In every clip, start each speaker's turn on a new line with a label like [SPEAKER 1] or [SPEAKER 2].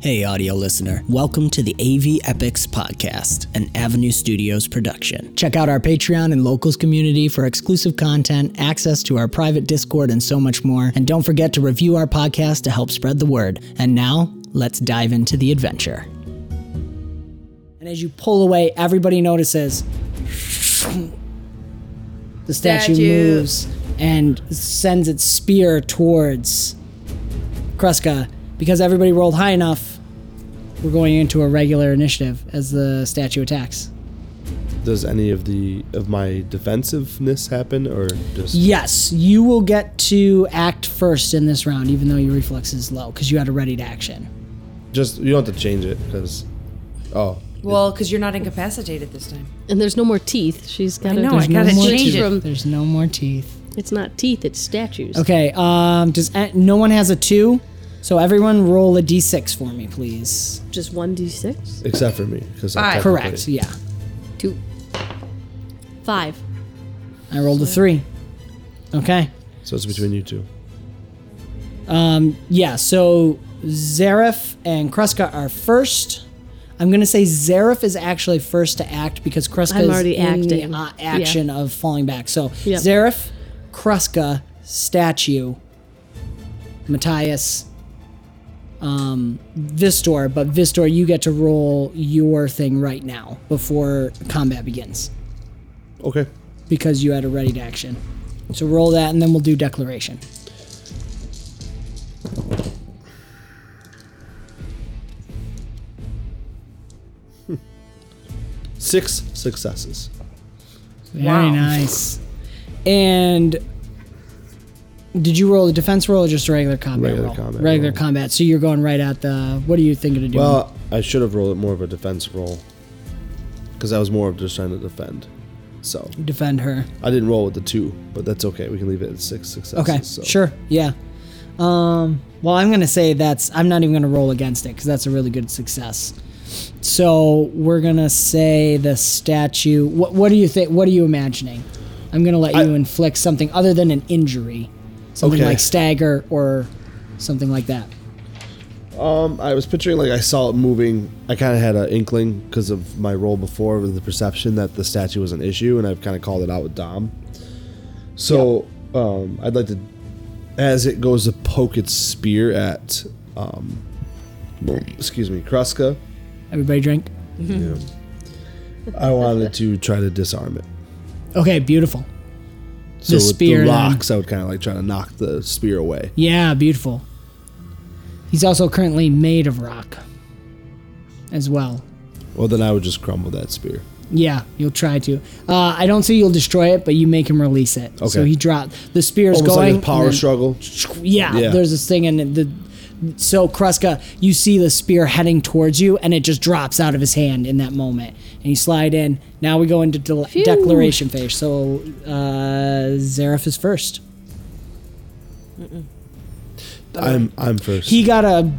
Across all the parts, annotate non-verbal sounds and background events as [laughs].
[SPEAKER 1] Hey, audio listener. Welcome to the AV Epics Podcast, an Avenue Studios production. Check out our Patreon and locals community for exclusive content, access to our private Discord, and so much more. And don't forget to review our podcast to help spread the word. And now, let's dive into the adventure. And as you pull away, everybody notices [sniffs] the statue,
[SPEAKER 2] Statue.
[SPEAKER 1] moves and sends its spear towards Kreska. Because everybody rolled high enough, we're going into a regular initiative as the statue attacks.
[SPEAKER 3] Does any of the of my defensiveness happen, or just
[SPEAKER 1] Yes, you will get to act first in this round, even though your reflex is low because you had a ready to action.
[SPEAKER 3] just you don't have to change it because oh
[SPEAKER 2] Well, because you're not incapacitated this time.
[SPEAKER 4] And there's no more teeth. She's got to.
[SPEAKER 2] know, I gotta
[SPEAKER 1] more
[SPEAKER 2] change
[SPEAKER 1] teeth.
[SPEAKER 2] it.
[SPEAKER 4] From,
[SPEAKER 1] There's no more teeth.
[SPEAKER 4] it's not teeth. It's statues.
[SPEAKER 1] Okay. Um. Does a- no one has a two? So everyone roll a d6 for me, please.
[SPEAKER 4] Just one d six.
[SPEAKER 3] except for me because
[SPEAKER 2] Five.
[SPEAKER 1] Correct. Yeah.
[SPEAKER 4] Two. Five.
[SPEAKER 1] I rolled a three. Okay.
[SPEAKER 3] So it's between you two.
[SPEAKER 1] Yeah, so Zareph and Kreska are first. I'm going to say Zareph is actually first to act because Kreska
[SPEAKER 4] I'm
[SPEAKER 1] is
[SPEAKER 4] already
[SPEAKER 1] in
[SPEAKER 4] acting.
[SPEAKER 1] the uh,
[SPEAKER 4] Yeah.
[SPEAKER 1] action of falling back. So
[SPEAKER 4] Yep.
[SPEAKER 1] Zareph, Kreska, statue, Matthias, um, Vistor. But Vistor, you get to roll your thing right now before combat begins
[SPEAKER 3] Okay.
[SPEAKER 1] because you had a ready to action. So roll that, and then we'll do declaration.
[SPEAKER 3] Six successes.
[SPEAKER 1] Very
[SPEAKER 2] Wow.
[SPEAKER 1] nice. And did you roll a defense roll or just a regular combat
[SPEAKER 3] Regular
[SPEAKER 1] roll?
[SPEAKER 3] combat
[SPEAKER 1] regular
[SPEAKER 3] roll.
[SPEAKER 1] combat. So you're going right at the. What are you thinking of doing?
[SPEAKER 3] Well, I should have rolled it more of a defense roll because I was more of just trying to defend. So
[SPEAKER 1] defend her.
[SPEAKER 3] I didn't roll with the two, but that's okay. We can leave it at six successes.
[SPEAKER 1] Okay,
[SPEAKER 3] so.
[SPEAKER 1] sure, yeah. Um, well, I'm gonna say that's. I'm not even gonna roll against it because that's a really good success. So we're gonna say the statue. What What do you think? What are you imagining? I'm gonna let
[SPEAKER 3] I-
[SPEAKER 1] you inflict something other than an injury, something
[SPEAKER 3] Okay.
[SPEAKER 1] like stagger or something like that.
[SPEAKER 3] Um, I was picturing like I saw it moving. I kind of had an inkling because of my role before with the perception that the statue was an issue, and I've kind of called it out with Dom. So um, I'd like to, as it goes to poke its spear at, um, excuse me, Kruska.
[SPEAKER 1] Everybody drink.
[SPEAKER 3] I wanted to try to disarm it.
[SPEAKER 1] Okay, beautiful.
[SPEAKER 3] So
[SPEAKER 1] spear, then.
[SPEAKER 3] with the rocks, I would kind of like try to knock the spear away.
[SPEAKER 1] Yeah, beautiful. He's also currently made of rock as well.
[SPEAKER 3] Well, then I would just crumble that spear.
[SPEAKER 1] Yeah, you'll try to. Uh, I don't say you'll destroy it, but you make him release it. So
[SPEAKER 3] Okay.
[SPEAKER 1] he dropped the spear's
[SPEAKER 3] Almost
[SPEAKER 1] going.
[SPEAKER 3] like a power
[SPEAKER 1] and then-
[SPEAKER 3] struggle.
[SPEAKER 1] Yeah,
[SPEAKER 3] Yeah.
[SPEAKER 1] there's this thing and the so Kreska, you see the spear heading towards you, and it just drops out of his hand in that moment, and you slide in. Now we go into del- declaration phase. So uh, Zareph is first.
[SPEAKER 3] I'm I'm first.
[SPEAKER 1] he got a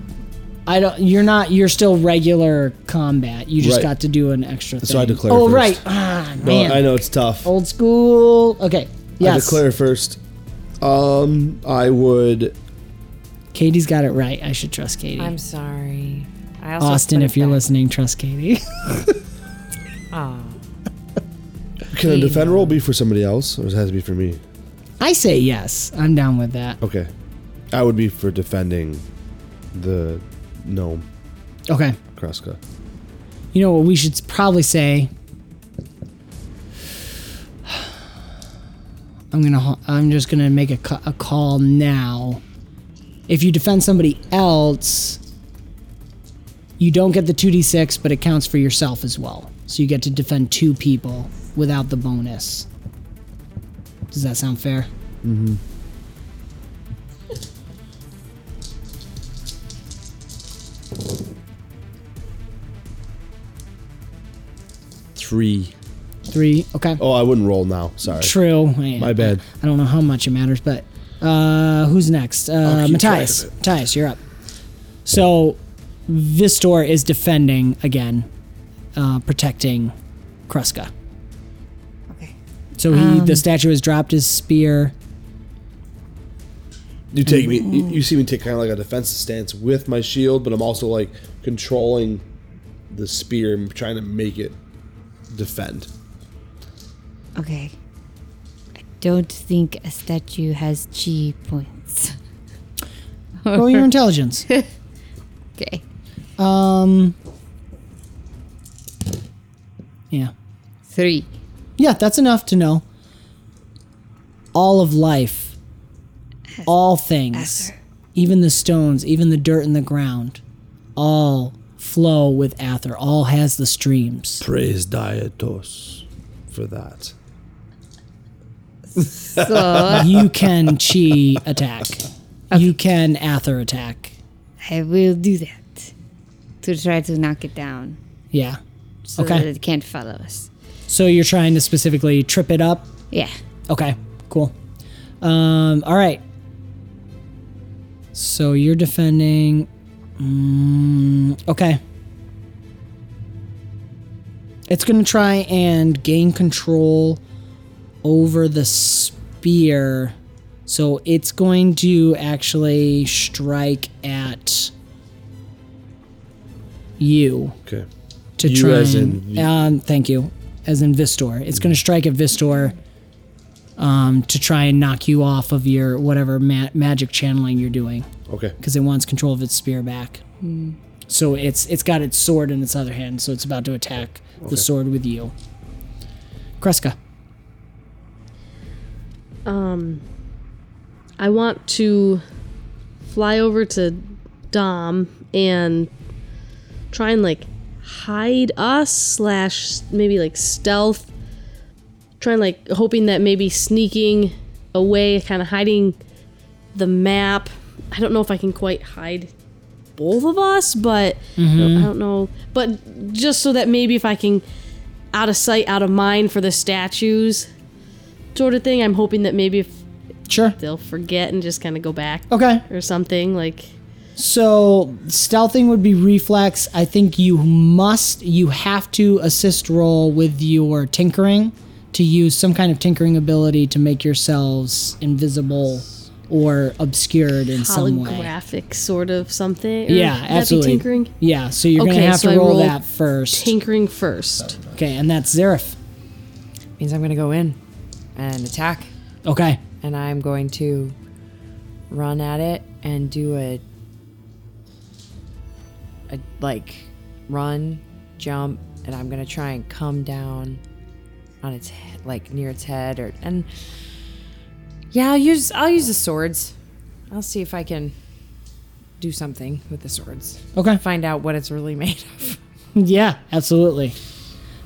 [SPEAKER 1] I don't you're not you're still regular combat. You just
[SPEAKER 3] Right.
[SPEAKER 1] got to do an extra thing.
[SPEAKER 3] So I declare
[SPEAKER 1] Oh
[SPEAKER 3] first.
[SPEAKER 1] right. Ah,
[SPEAKER 3] No,
[SPEAKER 1] man.
[SPEAKER 3] I know it's tough.
[SPEAKER 1] Old school. Okay. Yes.
[SPEAKER 3] I declare first. Um, I would.
[SPEAKER 1] Katie's got it right. I should trust Katie.
[SPEAKER 2] I'm sorry. I also
[SPEAKER 1] Austin,
[SPEAKER 2] put it
[SPEAKER 1] if you're
[SPEAKER 2] back.
[SPEAKER 1] listening, trust Katie. [laughs]
[SPEAKER 2] Aw.
[SPEAKER 3] Can a defend roll be for somebody else, or does it have to be for me?
[SPEAKER 1] I say yes. I'm down with that.
[SPEAKER 3] Okay, I would be for defending the gnome
[SPEAKER 1] Okay.
[SPEAKER 3] Kreska.
[SPEAKER 1] You know what we should probably say? I'm gonna. ha- I'm just gonna make a, ca- a call now. If you defend somebody else, you don't get the two d six, but it counts for yourself as well. So you get to defend two people without the bonus. Does that sound fair?
[SPEAKER 3] Three.
[SPEAKER 1] Three. Okay.
[SPEAKER 3] Oh, I wouldn't roll now. Sorry.
[SPEAKER 1] True. Man,
[SPEAKER 3] My bad.
[SPEAKER 1] I don't know how much it matters, but uh, who's next? Uh,
[SPEAKER 3] keep
[SPEAKER 1] Matthias.
[SPEAKER 3] track of
[SPEAKER 1] Matthias, you're up. So Vistor is defending again, uh, protecting Kruska.
[SPEAKER 5] Okay. Um, [laughs]
[SPEAKER 1] So he, the statue has dropped his spear.
[SPEAKER 3] You take me. You, you see me take kind of like a defensive stance with my shield, but I'm also like controlling the spear and trying to make it defend.
[SPEAKER 5] Okay. I don't think a statue has chi points.
[SPEAKER 1] Roll your intelligence.
[SPEAKER 5] [laughs] Okay.
[SPEAKER 1] Um. Yeah.
[SPEAKER 5] Three.
[SPEAKER 1] Yeah, that's enough to know. All of life, all things, even the stones, even the dirt in the ground, all flow with Ather. All has the
[SPEAKER 3] [laughs]
[SPEAKER 1] streams.
[SPEAKER 3] Praise Diatos for that.
[SPEAKER 5] [laughs] So
[SPEAKER 1] You can chi attack. You can Ather attack.
[SPEAKER 5] I will do that to try to knock it down
[SPEAKER 1] Yeah.
[SPEAKER 5] so
[SPEAKER 1] Okay.
[SPEAKER 5] that it can't follow us.
[SPEAKER 1] So you're trying to specifically trip it up.
[SPEAKER 5] Yeah.
[SPEAKER 1] Okay, cool. Um, all right. So you're defending. Mm, okay. It's going to try and gain control over the spear. So it's going to actually strike at you
[SPEAKER 3] Okay.
[SPEAKER 1] to
[SPEAKER 3] You
[SPEAKER 1] try
[SPEAKER 3] as
[SPEAKER 1] and-
[SPEAKER 3] in-
[SPEAKER 1] um, thank you as in Vistor. It's going to strike at Vistor um, to try and knock you off of your whatever ma- magic channeling you're doing
[SPEAKER 3] Okay.
[SPEAKER 1] because it wants control of its spear back. So it's it's got its sword in its other hand, so it's about to attack the sword with you. Kreska.
[SPEAKER 4] I want to fly over to Dom and try and like hide us slash maybe like stealth. Try and like hoping that maybe sneaking away, kind of hiding the map. I don't know if I can quite hide both of us, but I don't know. But just so that maybe if I can out of sight, out of mind for the statues sort of thing, I'm hoping that maybe if
[SPEAKER 1] Sure.
[SPEAKER 4] they'll forget and just kind of go back
[SPEAKER 1] Okay.
[SPEAKER 4] or something like
[SPEAKER 1] So stealthing would be reflex. I think you must, you have to assist roll with your tinkering to use some kind of tinkering ability to make yourselves invisible or obscured in some way.
[SPEAKER 4] holographic sort of something. or
[SPEAKER 1] Yeah,
[SPEAKER 4] would that be
[SPEAKER 1] absolutely.
[SPEAKER 4] tinkering,
[SPEAKER 1] Yeah, so you're
[SPEAKER 4] Okay,
[SPEAKER 1] gonna have
[SPEAKER 4] so I
[SPEAKER 1] to roll
[SPEAKER 4] roll
[SPEAKER 1] that first.
[SPEAKER 4] tinkering first.
[SPEAKER 1] okay, and that's Xerif.
[SPEAKER 2] Means I'm going to go in and attack.
[SPEAKER 1] Okay,
[SPEAKER 2] And I'm going to run at it and do a. a like, run, jump, and I'm going to try and come down on its head, like near its head or. And. Yeah, I'll use I'll use the swords. I'll see if I can do something with the swords.
[SPEAKER 1] okay,
[SPEAKER 2] Find out what it's really [laughs] made of.
[SPEAKER 1] yeah, absolutely.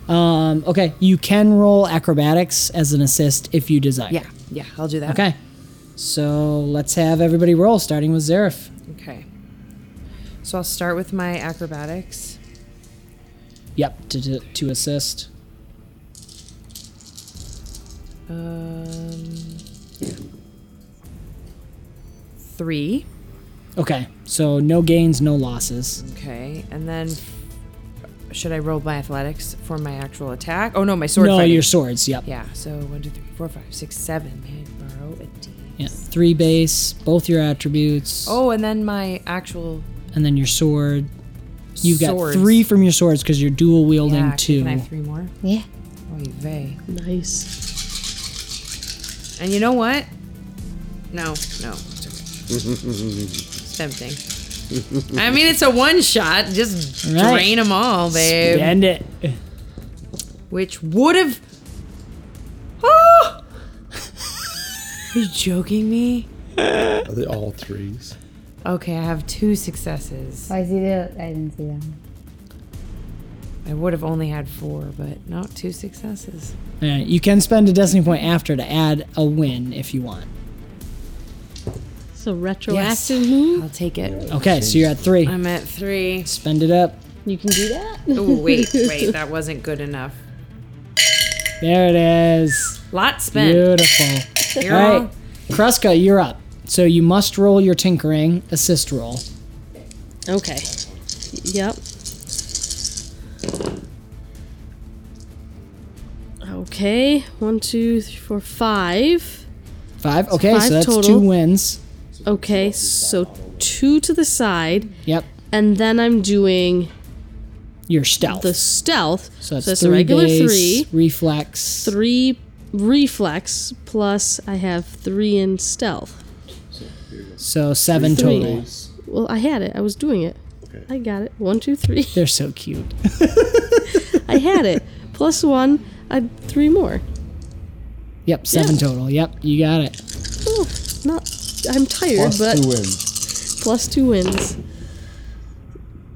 [SPEAKER 1] Um, okay, you can roll acrobatics as an assist if you desire.
[SPEAKER 2] Yeah, yeah, I'll do that.
[SPEAKER 1] Okay, so let's have everybody roll, starting with Xerif.
[SPEAKER 2] Okay. So I'll start with my acrobatics.
[SPEAKER 1] Yep, to, to, to assist.
[SPEAKER 2] Um, three.
[SPEAKER 1] Okay, so no gains, no losses.
[SPEAKER 2] Okay, and then should I roll my athletics for my actual attack? Oh no, my sword.
[SPEAKER 1] no,
[SPEAKER 2] fighting.
[SPEAKER 1] your swords, yep.
[SPEAKER 2] Yeah. So one, two, three, four, five, six, seven. May I borrow a D?
[SPEAKER 1] Yeah. Three base, both your attributes,
[SPEAKER 2] Oh, and then my actual.
[SPEAKER 1] and then your sword. You've got
[SPEAKER 2] swords.
[SPEAKER 1] three from your swords because you're dual wielding
[SPEAKER 2] yeah,
[SPEAKER 1] two.
[SPEAKER 2] Can I have three more?
[SPEAKER 5] Yeah.
[SPEAKER 2] Oy vey.
[SPEAKER 4] Nice.
[SPEAKER 2] And you know what? No, no. It's okay. Stem thing. I mean, it's a one shot. Just drain 'em
[SPEAKER 1] Right.
[SPEAKER 2] drain them all, babe.
[SPEAKER 1] End it.
[SPEAKER 2] Which would have. Oh! Are you joking me?
[SPEAKER 3] Are they all threes?
[SPEAKER 2] Okay, I have two successes.
[SPEAKER 5] Oh, I see that. I didn't see that.
[SPEAKER 2] I would have only had four, but no, two successes.
[SPEAKER 1] All right, you can spend a destiny point after to add a win if you want.
[SPEAKER 4] So retroactive move.
[SPEAKER 2] I'll take it.
[SPEAKER 1] Okay, so you're at three.
[SPEAKER 2] I'm at three.
[SPEAKER 1] Spend it up.
[SPEAKER 4] You can do that.
[SPEAKER 2] Oh, wait, wait. That wasn't good enough.
[SPEAKER 1] There it is.
[SPEAKER 2] Lot spent.
[SPEAKER 1] Beautiful.
[SPEAKER 2] You're
[SPEAKER 1] All
[SPEAKER 2] all-
[SPEAKER 1] right, Kreska, you're up. So you must roll your tinkering assist roll.
[SPEAKER 4] Okay. Yep. Okay. One, two, three, four, five.
[SPEAKER 1] Five. Okay,
[SPEAKER 4] Five
[SPEAKER 1] so that's
[SPEAKER 4] total.
[SPEAKER 1] two wins.
[SPEAKER 3] So
[SPEAKER 4] Okay, so two to the side,
[SPEAKER 1] Yep.
[SPEAKER 4] and then I'm doing
[SPEAKER 1] Your stealth.
[SPEAKER 4] the stealth.
[SPEAKER 1] so it's
[SPEAKER 4] that's
[SPEAKER 1] three
[SPEAKER 4] a regular
[SPEAKER 1] base,
[SPEAKER 4] three,
[SPEAKER 1] reflex.
[SPEAKER 4] three reflex plus I have three in stealth.
[SPEAKER 1] So seven
[SPEAKER 4] Three.
[SPEAKER 1] total.
[SPEAKER 4] Well, I had it. I was doing it. I got it. One, two, three. [laughs]
[SPEAKER 1] They're so cute.
[SPEAKER 4] I had it. Plus one. I three more.
[SPEAKER 1] Yep, seven
[SPEAKER 4] Yeah.
[SPEAKER 1] total. Yep, you got it.
[SPEAKER 4] Oh, not. I'm tired,
[SPEAKER 3] Plus
[SPEAKER 4] but
[SPEAKER 3] two wins.
[SPEAKER 4] plus two wins.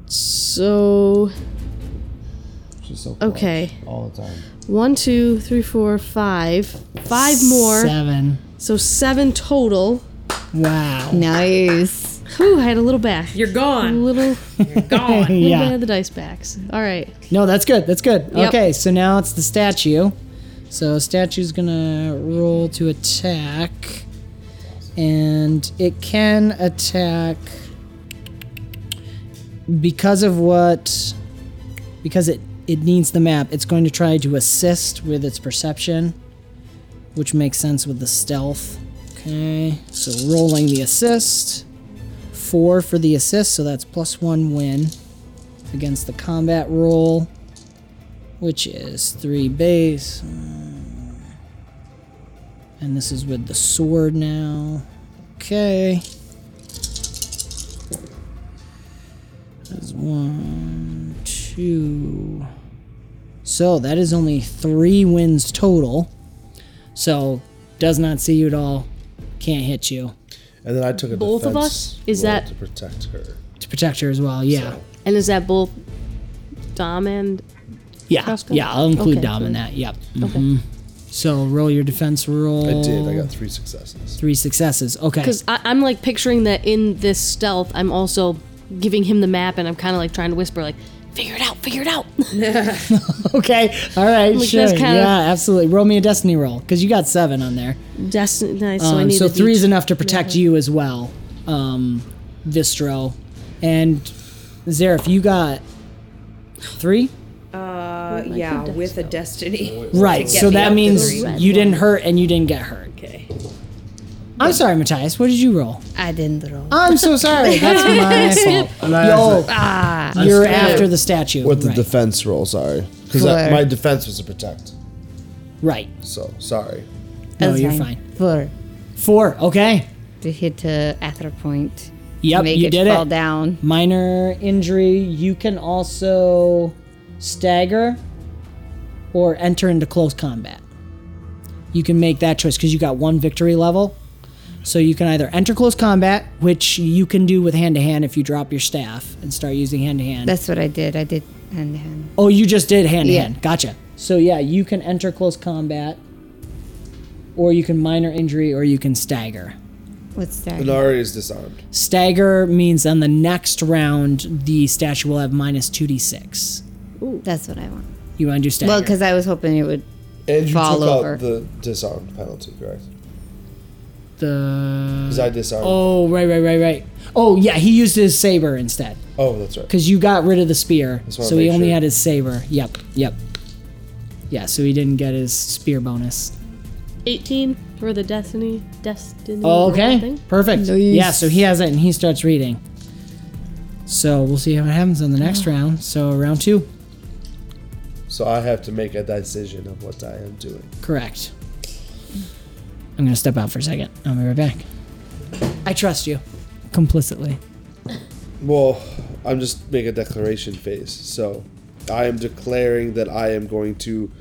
[SPEAKER 4] So
[SPEAKER 3] She's so close
[SPEAKER 4] okay,
[SPEAKER 3] all the time.
[SPEAKER 4] one, two, three, four, five, five more.
[SPEAKER 1] Seven.
[SPEAKER 4] So seven total.
[SPEAKER 1] Wow.
[SPEAKER 4] [laughs]
[SPEAKER 5] Nice.
[SPEAKER 4] Whew, I had a little back.
[SPEAKER 2] You're
[SPEAKER 4] a
[SPEAKER 2] gone.
[SPEAKER 4] little,
[SPEAKER 2] gone.
[SPEAKER 4] little
[SPEAKER 1] yeah.
[SPEAKER 4] bit of the dice backs. All right.
[SPEAKER 1] No, that's good. That's good.
[SPEAKER 4] Yep.
[SPEAKER 1] Okay, so now it's the statue. So statue's gonna roll to attack, and it can attack because of what because it it needs the map. It's going to try to assist with its perception, which makes sense with the stealth. Okay, so rolling the assist. Four for the assist, so that's plus one win against the combat roll, which is three base. Mm. And this is with the sword now. Okay. That's one, two. So that is only three wins total. So does not see you at all. Can't hit you.
[SPEAKER 3] And then I took a
[SPEAKER 4] Both of
[SPEAKER 3] defense
[SPEAKER 4] us? Is
[SPEAKER 3] roll
[SPEAKER 4] that-
[SPEAKER 3] to protect her?
[SPEAKER 1] To protect her as well, yeah.
[SPEAKER 4] And is that both Dom and
[SPEAKER 1] yeah.
[SPEAKER 4] crossbow?
[SPEAKER 1] Yeah, I'll include
[SPEAKER 4] Okay,
[SPEAKER 1] Dom in
[SPEAKER 4] cool.
[SPEAKER 1] that. Yep. Mhm. So roll your defense roll.
[SPEAKER 3] I did. I
[SPEAKER 4] Oh.
[SPEAKER 3] got three successes.
[SPEAKER 1] Three successes. Okay.
[SPEAKER 4] Because I'm like picturing that in this stealth, I'm also giving him the map, and I'm kind of like trying to whisper, like, figure it out, figure it out.
[SPEAKER 1] [laughs] Okay. All right.
[SPEAKER 4] Like,
[SPEAKER 1] sure.
[SPEAKER 4] that's kind of-
[SPEAKER 1] yeah. Absolutely. Roll me a destiny roll because you got seven on there.
[SPEAKER 4] Destiny. Nice. so I
[SPEAKER 1] Um,
[SPEAKER 4] need
[SPEAKER 1] so
[SPEAKER 4] a
[SPEAKER 1] three
[SPEAKER 4] D-
[SPEAKER 1] is enough to protect you as well, um, Vistro, and Zareth. You got three.
[SPEAKER 6] Uh, yeah, with a destiny.
[SPEAKER 1] Right. So
[SPEAKER 6] me up
[SPEAKER 1] that
[SPEAKER 6] to
[SPEAKER 1] means
[SPEAKER 6] three.
[SPEAKER 1] you didn't hurt and you didn't get hurt.
[SPEAKER 6] Okay.
[SPEAKER 1] I'm sorry, Matthias. What did you roll?
[SPEAKER 5] I didn't roll.
[SPEAKER 1] I'm so sorry.
[SPEAKER 5] [laughs]
[SPEAKER 1] That's my fault.
[SPEAKER 3] And I
[SPEAKER 1] Yo,
[SPEAKER 5] Ah.
[SPEAKER 1] you're
[SPEAKER 3] I skipped.
[SPEAKER 1] after the statue.
[SPEAKER 3] with the
[SPEAKER 1] right.
[SPEAKER 3] defense roll, sorry, because
[SPEAKER 5] Four.
[SPEAKER 3] my defense was to protect.
[SPEAKER 1] right.
[SPEAKER 3] So sorry.
[SPEAKER 1] No,
[SPEAKER 5] That's
[SPEAKER 1] you're fine.
[SPEAKER 5] Four
[SPEAKER 1] Four. Okay.
[SPEAKER 5] to hit a ether point.
[SPEAKER 1] Yep.
[SPEAKER 5] Make
[SPEAKER 1] you
[SPEAKER 5] it
[SPEAKER 1] did
[SPEAKER 5] fall
[SPEAKER 1] it.
[SPEAKER 5] down.
[SPEAKER 1] minor injury. You can also stagger or enter into close combat. You can make that choice because you got one victory level. So you can either enter close combat, which you can do with hand to hand if you drop your staff and start using hand to hand.
[SPEAKER 5] That's what I did. I did hand to hand.
[SPEAKER 1] Oh, you just did hand to
[SPEAKER 5] Yeah.
[SPEAKER 1] hand. Gotcha. So yeah, you can enter close combat, or you can minor injury, or you can stagger.
[SPEAKER 5] What's that?
[SPEAKER 3] Inari is disarmed.
[SPEAKER 1] Stagger means on the next round the statue will have minus two d six.
[SPEAKER 5] That's what I want.
[SPEAKER 1] You want to do stagger?
[SPEAKER 5] Well, because I was hoping it would.
[SPEAKER 3] And you
[SPEAKER 5] Fall
[SPEAKER 3] took
[SPEAKER 5] over.
[SPEAKER 3] out the disarmed penalty, correct? Because
[SPEAKER 1] the
[SPEAKER 3] I disarmed. Oh.
[SPEAKER 1] oh right right right right oh yeah he used his saber instead
[SPEAKER 3] Oh, that's right.
[SPEAKER 1] because you got rid of the spear
[SPEAKER 3] wanna
[SPEAKER 1] so he
[SPEAKER 3] make
[SPEAKER 1] only
[SPEAKER 3] sure.
[SPEAKER 1] had his saber yep yep yeah so he didn't get his spear bonus
[SPEAKER 4] 18 for the Destiny. Destiny. roll
[SPEAKER 1] Oh, okay
[SPEAKER 4] thing.
[SPEAKER 1] perfect yeah so he has it and he starts reading so we'll see what happens on the next round so round two
[SPEAKER 3] So I have to make a decision of what I am doing.
[SPEAKER 1] correct i'm gonna step out for a second i'll be right back i trust you complicitly
[SPEAKER 3] Well, I'm just making a declaration phase. So I am declaring that I am going to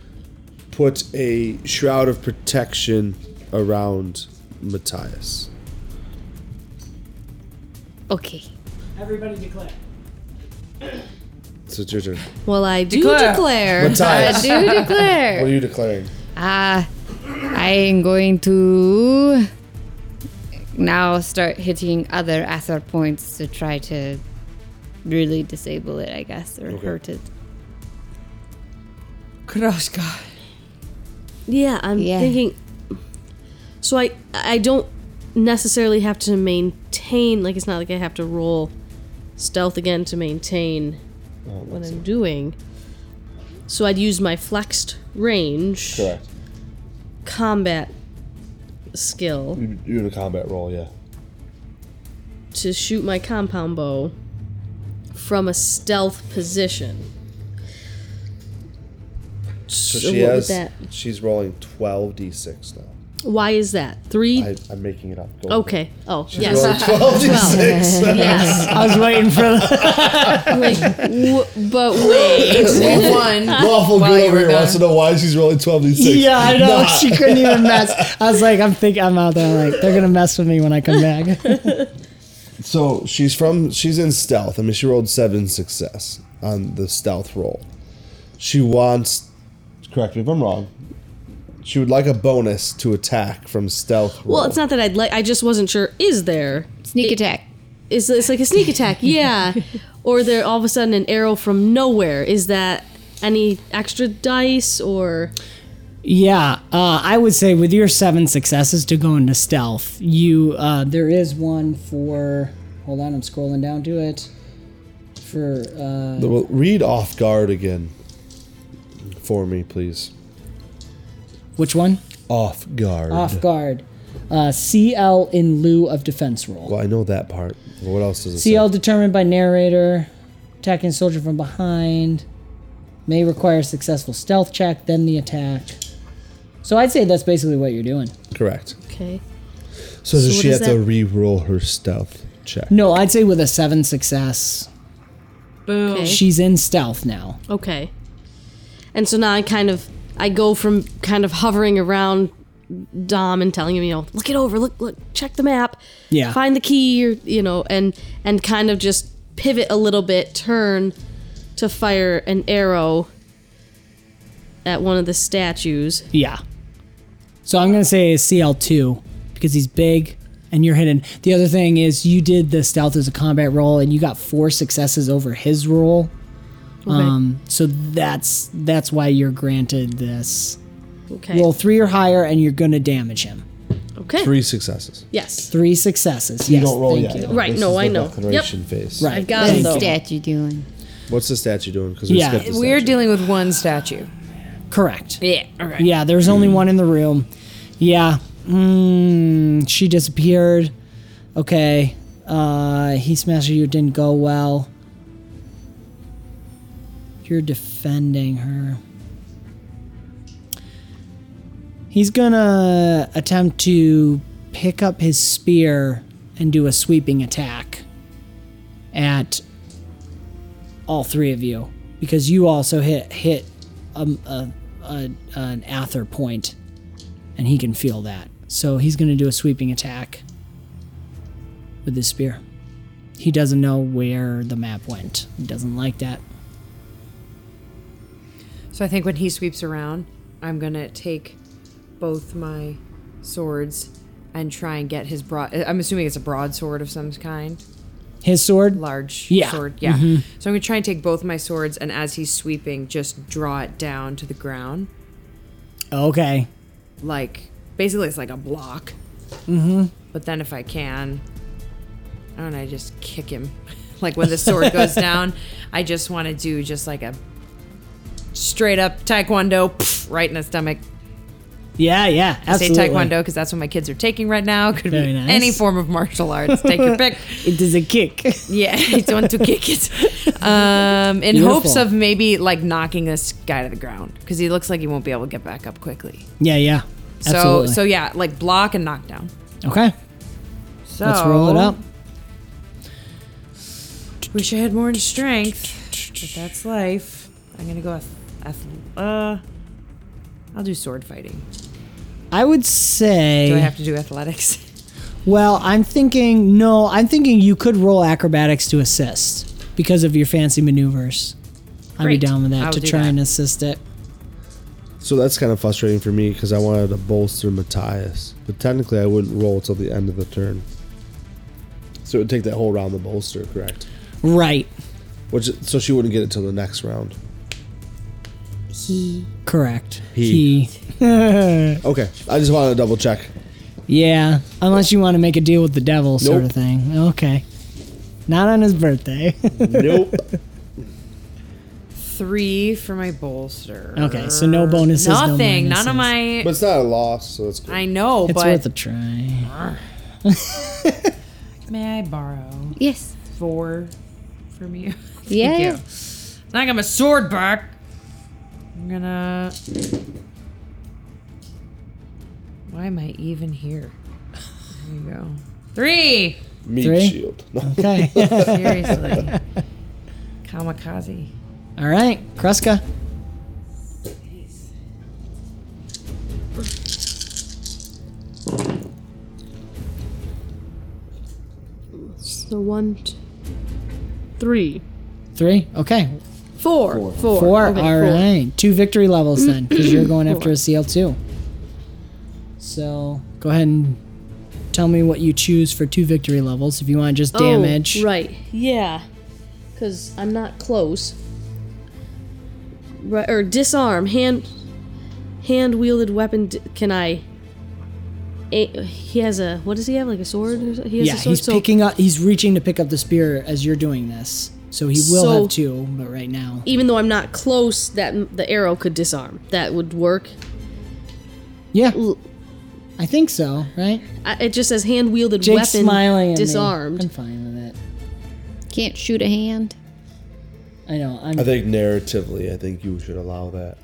[SPEAKER 3] put a shroud of protection around Matthias.
[SPEAKER 4] Okay.
[SPEAKER 1] everybody declare
[SPEAKER 3] So it's your turn.
[SPEAKER 4] Well, I do
[SPEAKER 2] Declare.
[SPEAKER 4] declare.
[SPEAKER 3] [laughs] Matthias, what
[SPEAKER 5] Do [laughs] declare.
[SPEAKER 3] are you declaring?
[SPEAKER 5] Ah, I am going to now start hitting other Athar points to try to really disable it, I guess, or hurt it.
[SPEAKER 2] Kroska.
[SPEAKER 4] Yeah, I'm
[SPEAKER 5] Yeah.
[SPEAKER 4] thinking. So I I don't necessarily have to maintain. Like it's not like I have to roll stealth again to maintain
[SPEAKER 3] Oh,
[SPEAKER 4] what I'm doing. So I'd use my flexed range
[SPEAKER 3] Correct.
[SPEAKER 4] combat skill.
[SPEAKER 3] You, you're in a combat role, yeah.
[SPEAKER 4] to shoot my compound bow from a stealth position.
[SPEAKER 3] So
[SPEAKER 4] So
[SPEAKER 3] she
[SPEAKER 4] what would
[SPEAKER 3] has.
[SPEAKER 4] that-
[SPEAKER 3] She's rolling twelve d six now.
[SPEAKER 4] Why is that? Three?
[SPEAKER 3] I, I'm making it up. Go with
[SPEAKER 4] okay. Oh,
[SPEAKER 3] it.
[SPEAKER 4] yes.
[SPEAKER 3] Rolling twelve d six.
[SPEAKER 4] [laughs] Yes.
[SPEAKER 1] I was waiting for
[SPEAKER 4] Wait, w- but wait.
[SPEAKER 2] One.
[SPEAKER 3] Lawful
[SPEAKER 2] While
[SPEAKER 3] girl
[SPEAKER 2] you
[SPEAKER 3] over
[SPEAKER 2] were
[SPEAKER 3] here wants to know why she's rolling twelve d six.
[SPEAKER 1] Yeah, I know. She couldn't even mess. I was like, I'm thinking, I'm out there like, they're gonna mess with me when I come back.
[SPEAKER 3] So she's from she's in stealth. I mean, she rolled seven success on the stealth roll. She wants, correct me if I'm wrong. She would like a bonus to attack from stealth. Roll.
[SPEAKER 4] well, it's not that I'd like. I just wasn't sure. Is there?
[SPEAKER 5] Sneak attack.
[SPEAKER 4] Is it's like a
[SPEAKER 3] [laughs]
[SPEAKER 4] sneak attack? Yeah. or there all of a sudden an arrow from nowhere? Is that any extra dice or?
[SPEAKER 1] Yeah, uh, I would say with your seven successes to go into stealth, you uh, there is one for. Hold on, I'm scrolling down to it. For uh,
[SPEAKER 3] The- well, read off guard again for me, please.
[SPEAKER 1] which one?
[SPEAKER 3] Off guard.
[SPEAKER 1] Off guard. Uh, CL in lieu of defense roll.
[SPEAKER 3] Well, I know that part. But what else does it
[SPEAKER 1] CL
[SPEAKER 3] say?
[SPEAKER 1] determined by narrator. Attacking soldier from behind may require a successful stealth check, then the attack. So I'd say that's basically what you're doing.
[SPEAKER 3] Correct.
[SPEAKER 4] Okay.
[SPEAKER 3] So, does
[SPEAKER 4] what
[SPEAKER 3] she
[SPEAKER 4] is
[SPEAKER 3] have to
[SPEAKER 4] that?
[SPEAKER 3] re-roll her stealth check?
[SPEAKER 1] No, I'd say with a seven success,
[SPEAKER 4] Boom. Okay.
[SPEAKER 1] she's in stealth now.
[SPEAKER 4] okay. And so now I kind of I go from kind of hovering around Dom and telling him, you know, look it over, look, look, check the map.
[SPEAKER 1] Yeah.
[SPEAKER 4] find the key or you know and and kind of just pivot a little bit turn to fire an arrow at one of the statues
[SPEAKER 1] Yeah. So I'm gonna say CL2 because he's big and you're hidden. The other thing is you did the stealth as a combat roll and you got four successes over his roll. Um, so that's that's why you're granted this.
[SPEAKER 4] okay
[SPEAKER 1] Roll three or higher and you're gonna damage him.
[SPEAKER 4] okay
[SPEAKER 3] Three successes.
[SPEAKER 4] yes
[SPEAKER 1] Three successes. Yes,
[SPEAKER 3] Don't roll
[SPEAKER 1] thank
[SPEAKER 3] yet.
[SPEAKER 1] you.
[SPEAKER 4] Right,
[SPEAKER 3] This
[SPEAKER 4] no,
[SPEAKER 3] is
[SPEAKER 4] I
[SPEAKER 3] the
[SPEAKER 4] know.
[SPEAKER 3] Declaration phase.
[SPEAKER 1] Right.
[SPEAKER 4] i've got
[SPEAKER 1] Thank
[SPEAKER 4] him
[SPEAKER 1] you.
[SPEAKER 4] though
[SPEAKER 5] Statue doing.
[SPEAKER 3] What's the statue doing? Because
[SPEAKER 1] Yeah.
[SPEAKER 2] We're dealing with one statue.
[SPEAKER 1] Correct.
[SPEAKER 2] Yeah. All right.
[SPEAKER 1] Yeah, there's only one in the room. Yeah. Mm, she disappeared. Okay. Uh, he smashed you. Didn't go well. You're defending her. He's gonna attempt to pick up his spear and do a sweeping attack at all three of you because you also hit hit um, a, a, an ather point and he can feel that so he's going to do a sweeping attack with his spear he doesn't know where the map went he doesn't like that
[SPEAKER 2] So I think when he sweeps around, I'm gonna take both my swords and try and get his broad. I'm assuming it's a broadsword of some kind,
[SPEAKER 1] his sword
[SPEAKER 2] large
[SPEAKER 1] Yeah.
[SPEAKER 2] sword. Yeah. So I'm gonna try and take both my swords and as he's sweeping, just draw it down to the ground,
[SPEAKER 1] okay
[SPEAKER 2] like basically it's like a block. Mm-hmm. But then if I can, I don't know, I just kick him. [laughs] like when the sword goes down, I just want to do just like a straight up taekwondo pff, right in the stomach.
[SPEAKER 1] yeah yeah
[SPEAKER 2] say
[SPEAKER 1] absolutely
[SPEAKER 2] taekwondo because that's what my kids are taking right now. Could
[SPEAKER 1] Very
[SPEAKER 2] be
[SPEAKER 1] nice.
[SPEAKER 2] any form of martial arts. Take your
[SPEAKER 1] [laughs]
[SPEAKER 2] pick.
[SPEAKER 1] it is a
[SPEAKER 2] [laughs]
[SPEAKER 1] kick
[SPEAKER 2] Yeah, I want to kick it. Um, in
[SPEAKER 1] Beautiful.
[SPEAKER 2] hopes of maybe like knocking this guy to the ground because he looks like he won't be able to get back up quickly.
[SPEAKER 1] yeah yeah
[SPEAKER 2] So
[SPEAKER 1] absolutely.
[SPEAKER 2] so yeah, like block and knock down.
[SPEAKER 1] okay
[SPEAKER 2] So
[SPEAKER 1] let's roll it up
[SPEAKER 2] Wish I had more in strength, but that's life. I'm gonna go with uh, I'll do sword fighting.
[SPEAKER 1] i would say
[SPEAKER 2] Do I have to do athletics? [laughs]
[SPEAKER 1] Well, I'm thinking no. I'm thinking you could roll acrobatics to assist because of your fancy maneuvers. I'd be
[SPEAKER 2] Great.
[SPEAKER 1] down with that
[SPEAKER 2] I'll
[SPEAKER 1] to
[SPEAKER 2] do
[SPEAKER 1] try
[SPEAKER 2] that.
[SPEAKER 1] and assist it.
[SPEAKER 3] So that's kind of frustrating for me because I wanted to bolster Matthias, but technically I wouldn't roll till the end of the turn. So it would take that whole round to bolster, correct?
[SPEAKER 1] Right.
[SPEAKER 3] Which so she wouldn't get it till the next round.
[SPEAKER 1] Correct.
[SPEAKER 3] He.
[SPEAKER 1] he.
[SPEAKER 3] [laughs] Okay, I just wanted to double check.
[SPEAKER 1] Yeah. Unless you want to make a deal with the devil, sort
[SPEAKER 3] Nope.
[SPEAKER 1] of thing. Okay. Not on his birthday. [laughs]
[SPEAKER 3] Nope.
[SPEAKER 2] Three for my bolster.
[SPEAKER 1] Okay, so no bonuses, no
[SPEAKER 2] Nothing. None of my.
[SPEAKER 3] but it's not a loss, so it's good.
[SPEAKER 2] I know,
[SPEAKER 1] it's
[SPEAKER 2] but
[SPEAKER 1] worth a try.
[SPEAKER 2] May I borrow
[SPEAKER 5] Yes.
[SPEAKER 2] four from [laughs] you? Thank
[SPEAKER 5] Yeah.
[SPEAKER 2] you. I got my sword back. I'm gonna. Why am I even here? There you go. Three.
[SPEAKER 3] Meat
[SPEAKER 1] Three?
[SPEAKER 3] shield. [laughs] No.
[SPEAKER 1] Okay. [laughs]
[SPEAKER 2] Seriously. Kamikaze.
[SPEAKER 1] All right, Kreska.
[SPEAKER 4] So one, t- three,
[SPEAKER 1] Three. Okay.
[SPEAKER 4] four, four.
[SPEAKER 1] Four. All
[SPEAKER 4] Okay,
[SPEAKER 1] right.
[SPEAKER 4] four.
[SPEAKER 1] Two victory levels then, because you're going after
[SPEAKER 4] Four.
[SPEAKER 1] a CL2. So go ahead and tell me what you choose for two victory levels. If you want just damage.
[SPEAKER 4] Oh, right. Yeah. Because I'm not close. Right, or disarm hand hand wielded weapon. D- can I? A- he has a what does he have? Like a sword? Or so- he has
[SPEAKER 1] Yeah,
[SPEAKER 4] a sword.
[SPEAKER 1] he's picking up. He's reaching to pick up the spear as you're doing this, so he will
[SPEAKER 4] So-
[SPEAKER 1] have two. But right now,
[SPEAKER 4] even though I'm not close, that the arrow could disarm. That would work.
[SPEAKER 1] yeah,
[SPEAKER 4] L-
[SPEAKER 1] I think so. Right?
[SPEAKER 4] I, it just says hand wielded
[SPEAKER 1] Jake's
[SPEAKER 4] weapon
[SPEAKER 1] smiling. At me.
[SPEAKER 4] disarmed.
[SPEAKER 1] I'm fine with it.
[SPEAKER 5] Can't shoot a hand. [laughs]
[SPEAKER 1] I know. I'm.
[SPEAKER 3] I think narratively, I think you should allow that.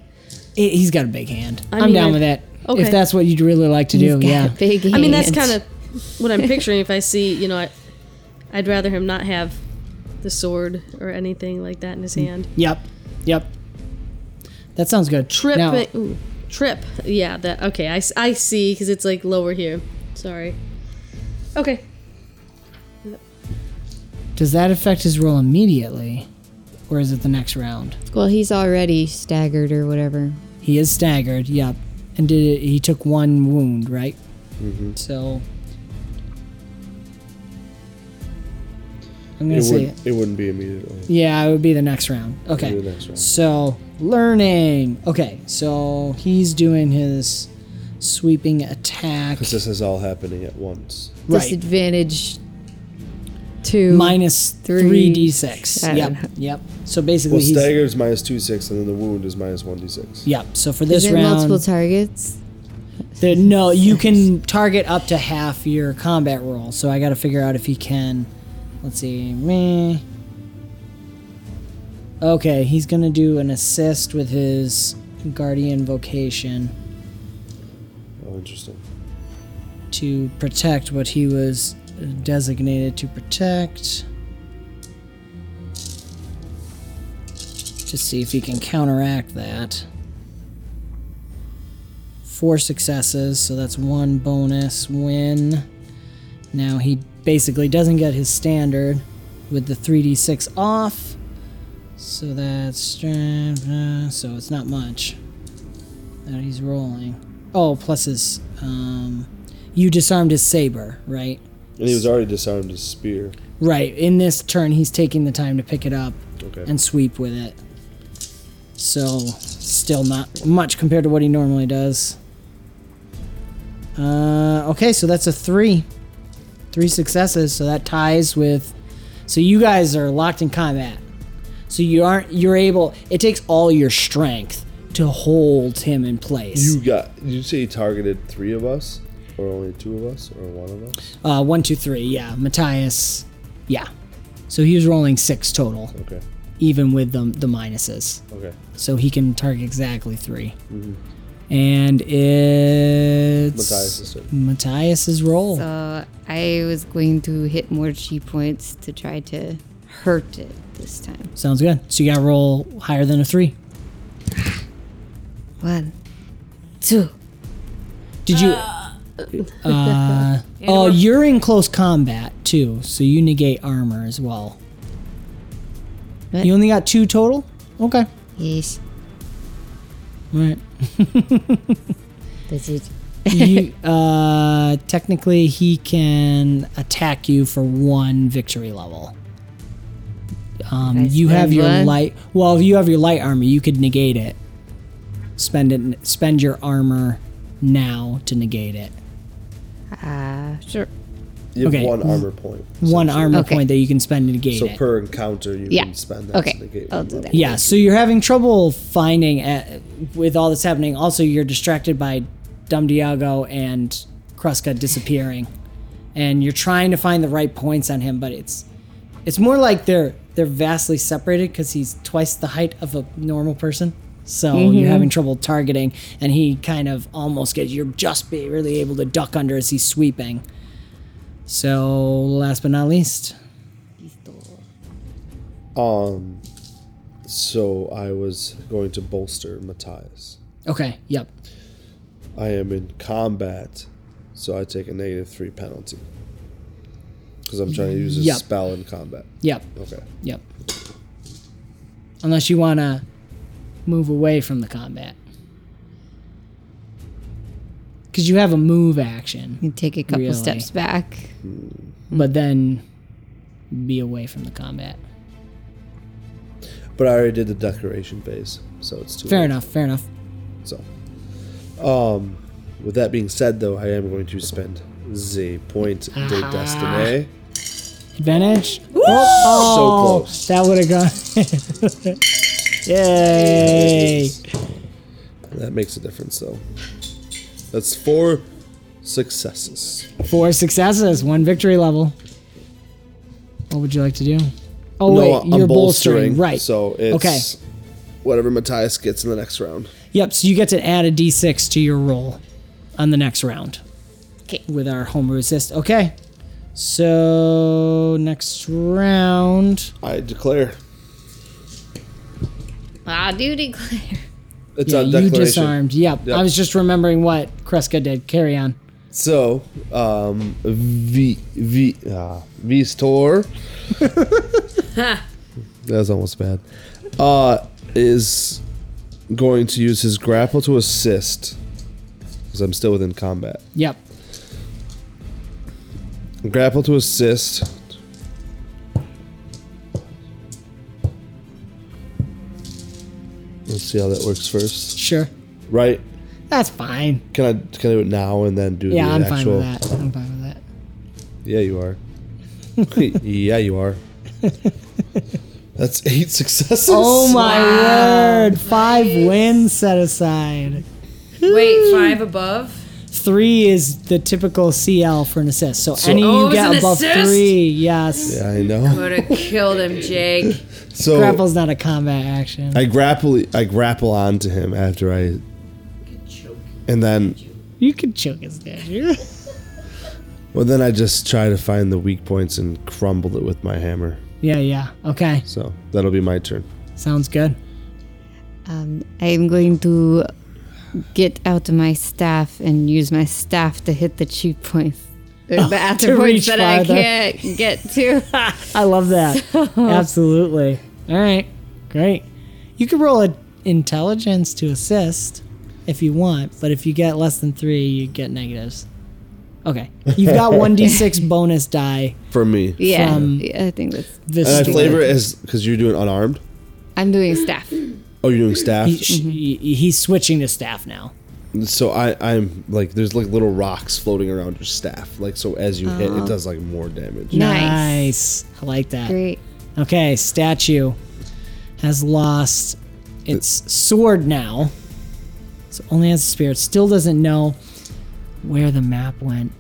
[SPEAKER 1] he- he's got a big hand. I
[SPEAKER 4] I
[SPEAKER 1] am
[SPEAKER 4] mean,
[SPEAKER 1] down
[SPEAKER 4] I-
[SPEAKER 1] with that.
[SPEAKER 4] okay.
[SPEAKER 1] If that's what you'd really like to do, yeah.
[SPEAKER 5] Big
[SPEAKER 4] I mean, that's
[SPEAKER 5] hands.
[SPEAKER 4] kind of what I'm picturing. if I see, you know, I, I'd rather him not have the sword or anything like that in
[SPEAKER 1] Mm.
[SPEAKER 4] his hand.
[SPEAKER 1] Yep. Yep. That sounds good.
[SPEAKER 4] Trip,
[SPEAKER 1] Now,
[SPEAKER 4] ooh, trip. Yeah, that. Okay, I, s- I see because it's like lower here. Sorry. Okay.
[SPEAKER 1] does that affect his roll immediately, or is it the next round?
[SPEAKER 5] Well, he's already staggered or whatever.
[SPEAKER 1] He is staggered. Yep. And did it, he took one wound, right? Mm-hmm. So. I'm gonna
[SPEAKER 3] It
[SPEAKER 1] say it.
[SPEAKER 3] wouldn't, it wouldn't be immediately.
[SPEAKER 1] Yeah, it would be the next round. Okay.
[SPEAKER 3] the next round.
[SPEAKER 1] So, learning. Okay, so he's doing his sweeping attack.
[SPEAKER 3] Because this is all happening at once.
[SPEAKER 1] Right.
[SPEAKER 5] Disadvantage two.
[SPEAKER 1] Minus
[SPEAKER 5] Three.
[SPEAKER 1] 3d6.
[SPEAKER 5] I
[SPEAKER 1] Yep.
[SPEAKER 5] don't know.
[SPEAKER 1] Yep. So basically,
[SPEAKER 3] Well,
[SPEAKER 1] he's.
[SPEAKER 3] stagger is minus two six, and then the wound is minus one d six.
[SPEAKER 1] Yep. So for
[SPEAKER 5] Is
[SPEAKER 1] this
[SPEAKER 5] there multiple
[SPEAKER 1] round,
[SPEAKER 5] targets?
[SPEAKER 1] there, no, you can target up to half your combat roll. So I got to figure out if he can. Let's see. Meh. Okay, he's gonna do an assist with his guardian vocation.
[SPEAKER 3] Oh, interesting.
[SPEAKER 1] to protect what he was designated to protect. To see if he can counteract that. Four successes, so that's one bonus win. Now he basically doesn't get his standard with the 3d6 off. So that's strength, uh, so it's not much that he's rolling. Oh, plus his um, you disarmed his saber, right?
[SPEAKER 3] And he was already disarmed his spear.
[SPEAKER 1] Right. In this turn, he's taking the time to pick it up
[SPEAKER 3] Okay.
[SPEAKER 1] and sweep with it. So, still not much compared to what he normally does. Uh, okay, so that's a three. Three successes, so that ties with. So you guys are locked in combat. So you aren't. You're able. It takes all your strength to hold him in place.
[SPEAKER 3] you got. Did you say he targeted three of us, or only two of us, or one of us?
[SPEAKER 1] Uh, one, two, three. Yeah, Matthias. Yeah. So he was rolling six total,
[SPEAKER 3] Okay.
[SPEAKER 1] even with the the minuses.
[SPEAKER 3] Okay.
[SPEAKER 1] So he can target exactly 3 And it's
[SPEAKER 3] Matthias's turn.
[SPEAKER 1] Matthias's roll.
[SPEAKER 5] Uh, I was going to hit more chi points to try to hurt it this time.
[SPEAKER 1] Sounds good. So you got to roll higher than a three.
[SPEAKER 5] One, two.
[SPEAKER 1] Did you? Uh, oh, you're in close combat too, so you negate armor as well.
[SPEAKER 5] What?
[SPEAKER 1] You only got two total. Okay.
[SPEAKER 5] Yes,
[SPEAKER 1] All right.
[SPEAKER 5] that's it.
[SPEAKER 1] you, uh, technically, he can attack you for one victory level. Um,
[SPEAKER 5] I
[SPEAKER 1] you have
[SPEAKER 5] spend
[SPEAKER 1] your
[SPEAKER 5] one?
[SPEAKER 1] light. Well, if you have your light armor, you could negate it. Spend it. Spend your armor now to negate it.
[SPEAKER 5] Uh, sure.
[SPEAKER 3] You have
[SPEAKER 1] Okay.
[SPEAKER 3] one armor point.
[SPEAKER 1] One
[SPEAKER 3] essentially.
[SPEAKER 1] armor
[SPEAKER 5] Okay.
[SPEAKER 1] point that you can spend to negate
[SPEAKER 3] So
[SPEAKER 1] it.
[SPEAKER 3] per encounter, you
[SPEAKER 5] Yeah.
[SPEAKER 3] can spend that.
[SPEAKER 5] Okay,
[SPEAKER 3] To negate
[SPEAKER 5] I'll
[SPEAKER 3] one
[SPEAKER 5] do
[SPEAKER 3] level.
[SPEAKER 5] that.
[SPEAKER 1] yeah. So you're having trouble finding uh with all that's happening. Also, you're distracted by Dum Diago and Kruska disappearing and you're trying to find the right points on him, but it's it's more like they're they're vastly separated because he's twice the height of a normal person. So you're having trouble targeting, and he kind of almost gets you're just barely able to duck under as he's sweeping. So last but not least,
[SPEAKER 3] Um, so I was going to bolster Matthias.
[SPEAKER 1] okay, yep,
[SPEAKER 3] I am in combat, so I take a negative three penalty because I'm trying to use a
[SPEAKER 1] Yep.
[SPEAKER 3] spell in combat.
[SPEAKER 1] yep,
[SPEAKER 3] Okay.
[SPEAKER 1] yep. Unless you want to move away from the combat, because you have a move action.
[SPEAKER 5] You take a couple
[SPEAKER 1] Really?
[SPEAKER 5] steps back.
[SPEAKER 3] Mm-hmm.
[SPEAKER 1] but then be away from the combat.
[SPEAKER 3] But I already did the decoration phase, so it's too
[SPEAKER 1] Fair
[SPEAKER 3] late.
[SPEAKER 1] enough, fair enough.
[SPEAKER 3] So, um, with that being said, though, I am going to spend the point de
[SPEAKER 1] Ah.
[SPEAKER 3] destiny.
[SPEAKER 1] Advantage?
[SPEAKER 3] So
[SPEAKER 1] Oh,
[SPEAKER 3] close.
[SPEAKER 1] that would have gone. [laughs] Yay!
[SPEAKER 3] That makes a difference, though. That's four successes.
[SPEAKER 1] Four successes, one victory level. What would you like to do? Oh,
[SPEAKER 3] no, uh,
[SPEAKER 1] wait,
[SPEAKER 3] I'm
[SPEAKER 1] you're
[SPEAKER 3] bolstering,
[SPEAKER 1] bolstering. Right.
[SPEAKER 3] So it's
[SPEAKER 1] Okay.
[SPEAKER 3] whatever Matthias gets in the next round.
[SPEAKER 1] Yep, so you get to add a d6 to your roll on the next round. Okay. With our home resist. Okay. So, next round.
[SPEAKER 3] I declare.
[SPEAKER 5] I do declare.
[SPEAKER 3] It's
[SPEAKER 1] Yeah,
[SPEAKER 3] on
[SPEAKER 1] you
[SPEAKER 3] declaration.
[SPEAKER 1] disarmed. Yep.
[SPEAKER 3] Yep.
[SPEAKER 1] I was just remembering what Kreska did. Carry on.
[SPEAKER 3] So, um, V V uh, V
[SPEAKER 5] [laughs]
[SPEAKER 3] store. that was almost bad. Uh, is going to use his grapple to assist because I'm still within combat.
[SPEAKER 1] Yep.
[SPEAKER 3] Grapple to assist. Let's see how that works first.
[SPEAKER 1] Sure.
[SPEAKER 3] Right?
[SPEAKER 1] That's fine.
[SPEAKER 3] Can I can I do it now and then do
[SPEAKER 1] Yeah,
[SPEAKER 3] the
[SPEAKER 1] I'm fine
[SPEAKER 3] actual?
[SPEAKER 1] with that. I'm fine with that.
[SPEAKER 3] Yeah, you are. [laughs] yeah, you are. That's eight successes.
[SPEAKER 1] Oh my word. Five wins set aside.
[SPEAKER 6] Wait, five above?
[SPEAKER 1] Three is the typical CL for an assist. So, any you
[SPEAKER 6] Oh, it's
[SPEAKER 1] get
[SPEAKER 6] an
[SPEAKER 1] above
[SPEAKER 6] assist?
[SPEAKER 1] three, yes.
[SPEAKER 3] Yeah, I know.
[SPEAKER 6] Would have killed him, Jake.
[SPEAKER 3] So
[SPEAKER 1] Grapple's not a combat action.
[SPEAKER 3] I grapple. I grapple onto him after I. And then,
[SPEAKER 1] you can choke his dad.
[SPEAKER 3] well, then I just try to find the weak points and crumble it with my hammer.
[SPEAKER 1] [laughs] yeah, yeah. Okay.
[SPEAKER 3] So that'll be my turn.
[SPEAKER 1] Sounds good.
[SPEAKER 5] Um, I'm going to get out my staff and use my staff to hit the cheap points. Or the
[SPEAKER 1] [laughs] to
[SPEAKER 5] after
[SPEAKER 1] reach
[SPEAKER 5] points that
[SPEAKER 1] farther.
[SPEAKER 5] I can't get
[SPEAKER 1] [laughs]
[SPEAKER 5] to.
[SPEAKER 1] I love
[SPEAKER 3] [laughs]
[SPEAKER 1] that. Absolutely. All right. Great. You could roll an intelligence to assist if you want, but if you get less than three, you get negatives. Okay. You've
[SPEAKER 3] [laughs]
[SPEAKER 1] got 1d6 bonus die.
[SPEAKER 3] For me,
[SPEAKER 5] yeah,
[SPEAKER 1] From-
[SPEAKER 5] yeah, I think that's.
[SPEAKER 1] This
[SPEAKER 3] and I flavor it as because you're doing unarmed.
[SPEAKER 5] I'm doing staff.
[SPEAKER 3] Oh, you're doing staff.
[SPEAKER 1] He- sh- he- he's switching to staff now.
[SPEAKER 3] So I, I'm like, there's like little rocks floating around your staff. Like so, as you hit,
[SPEAKER 1] Oh.
[SPEAKER 3] it does like more damage.
[SPEAKER 1] Nice. I like that.
[SPEAKER 5] Great.
[SPEAKER 1] Okay, statue has lost its sword now. So only has a spirit. Still doesn't know where the map went.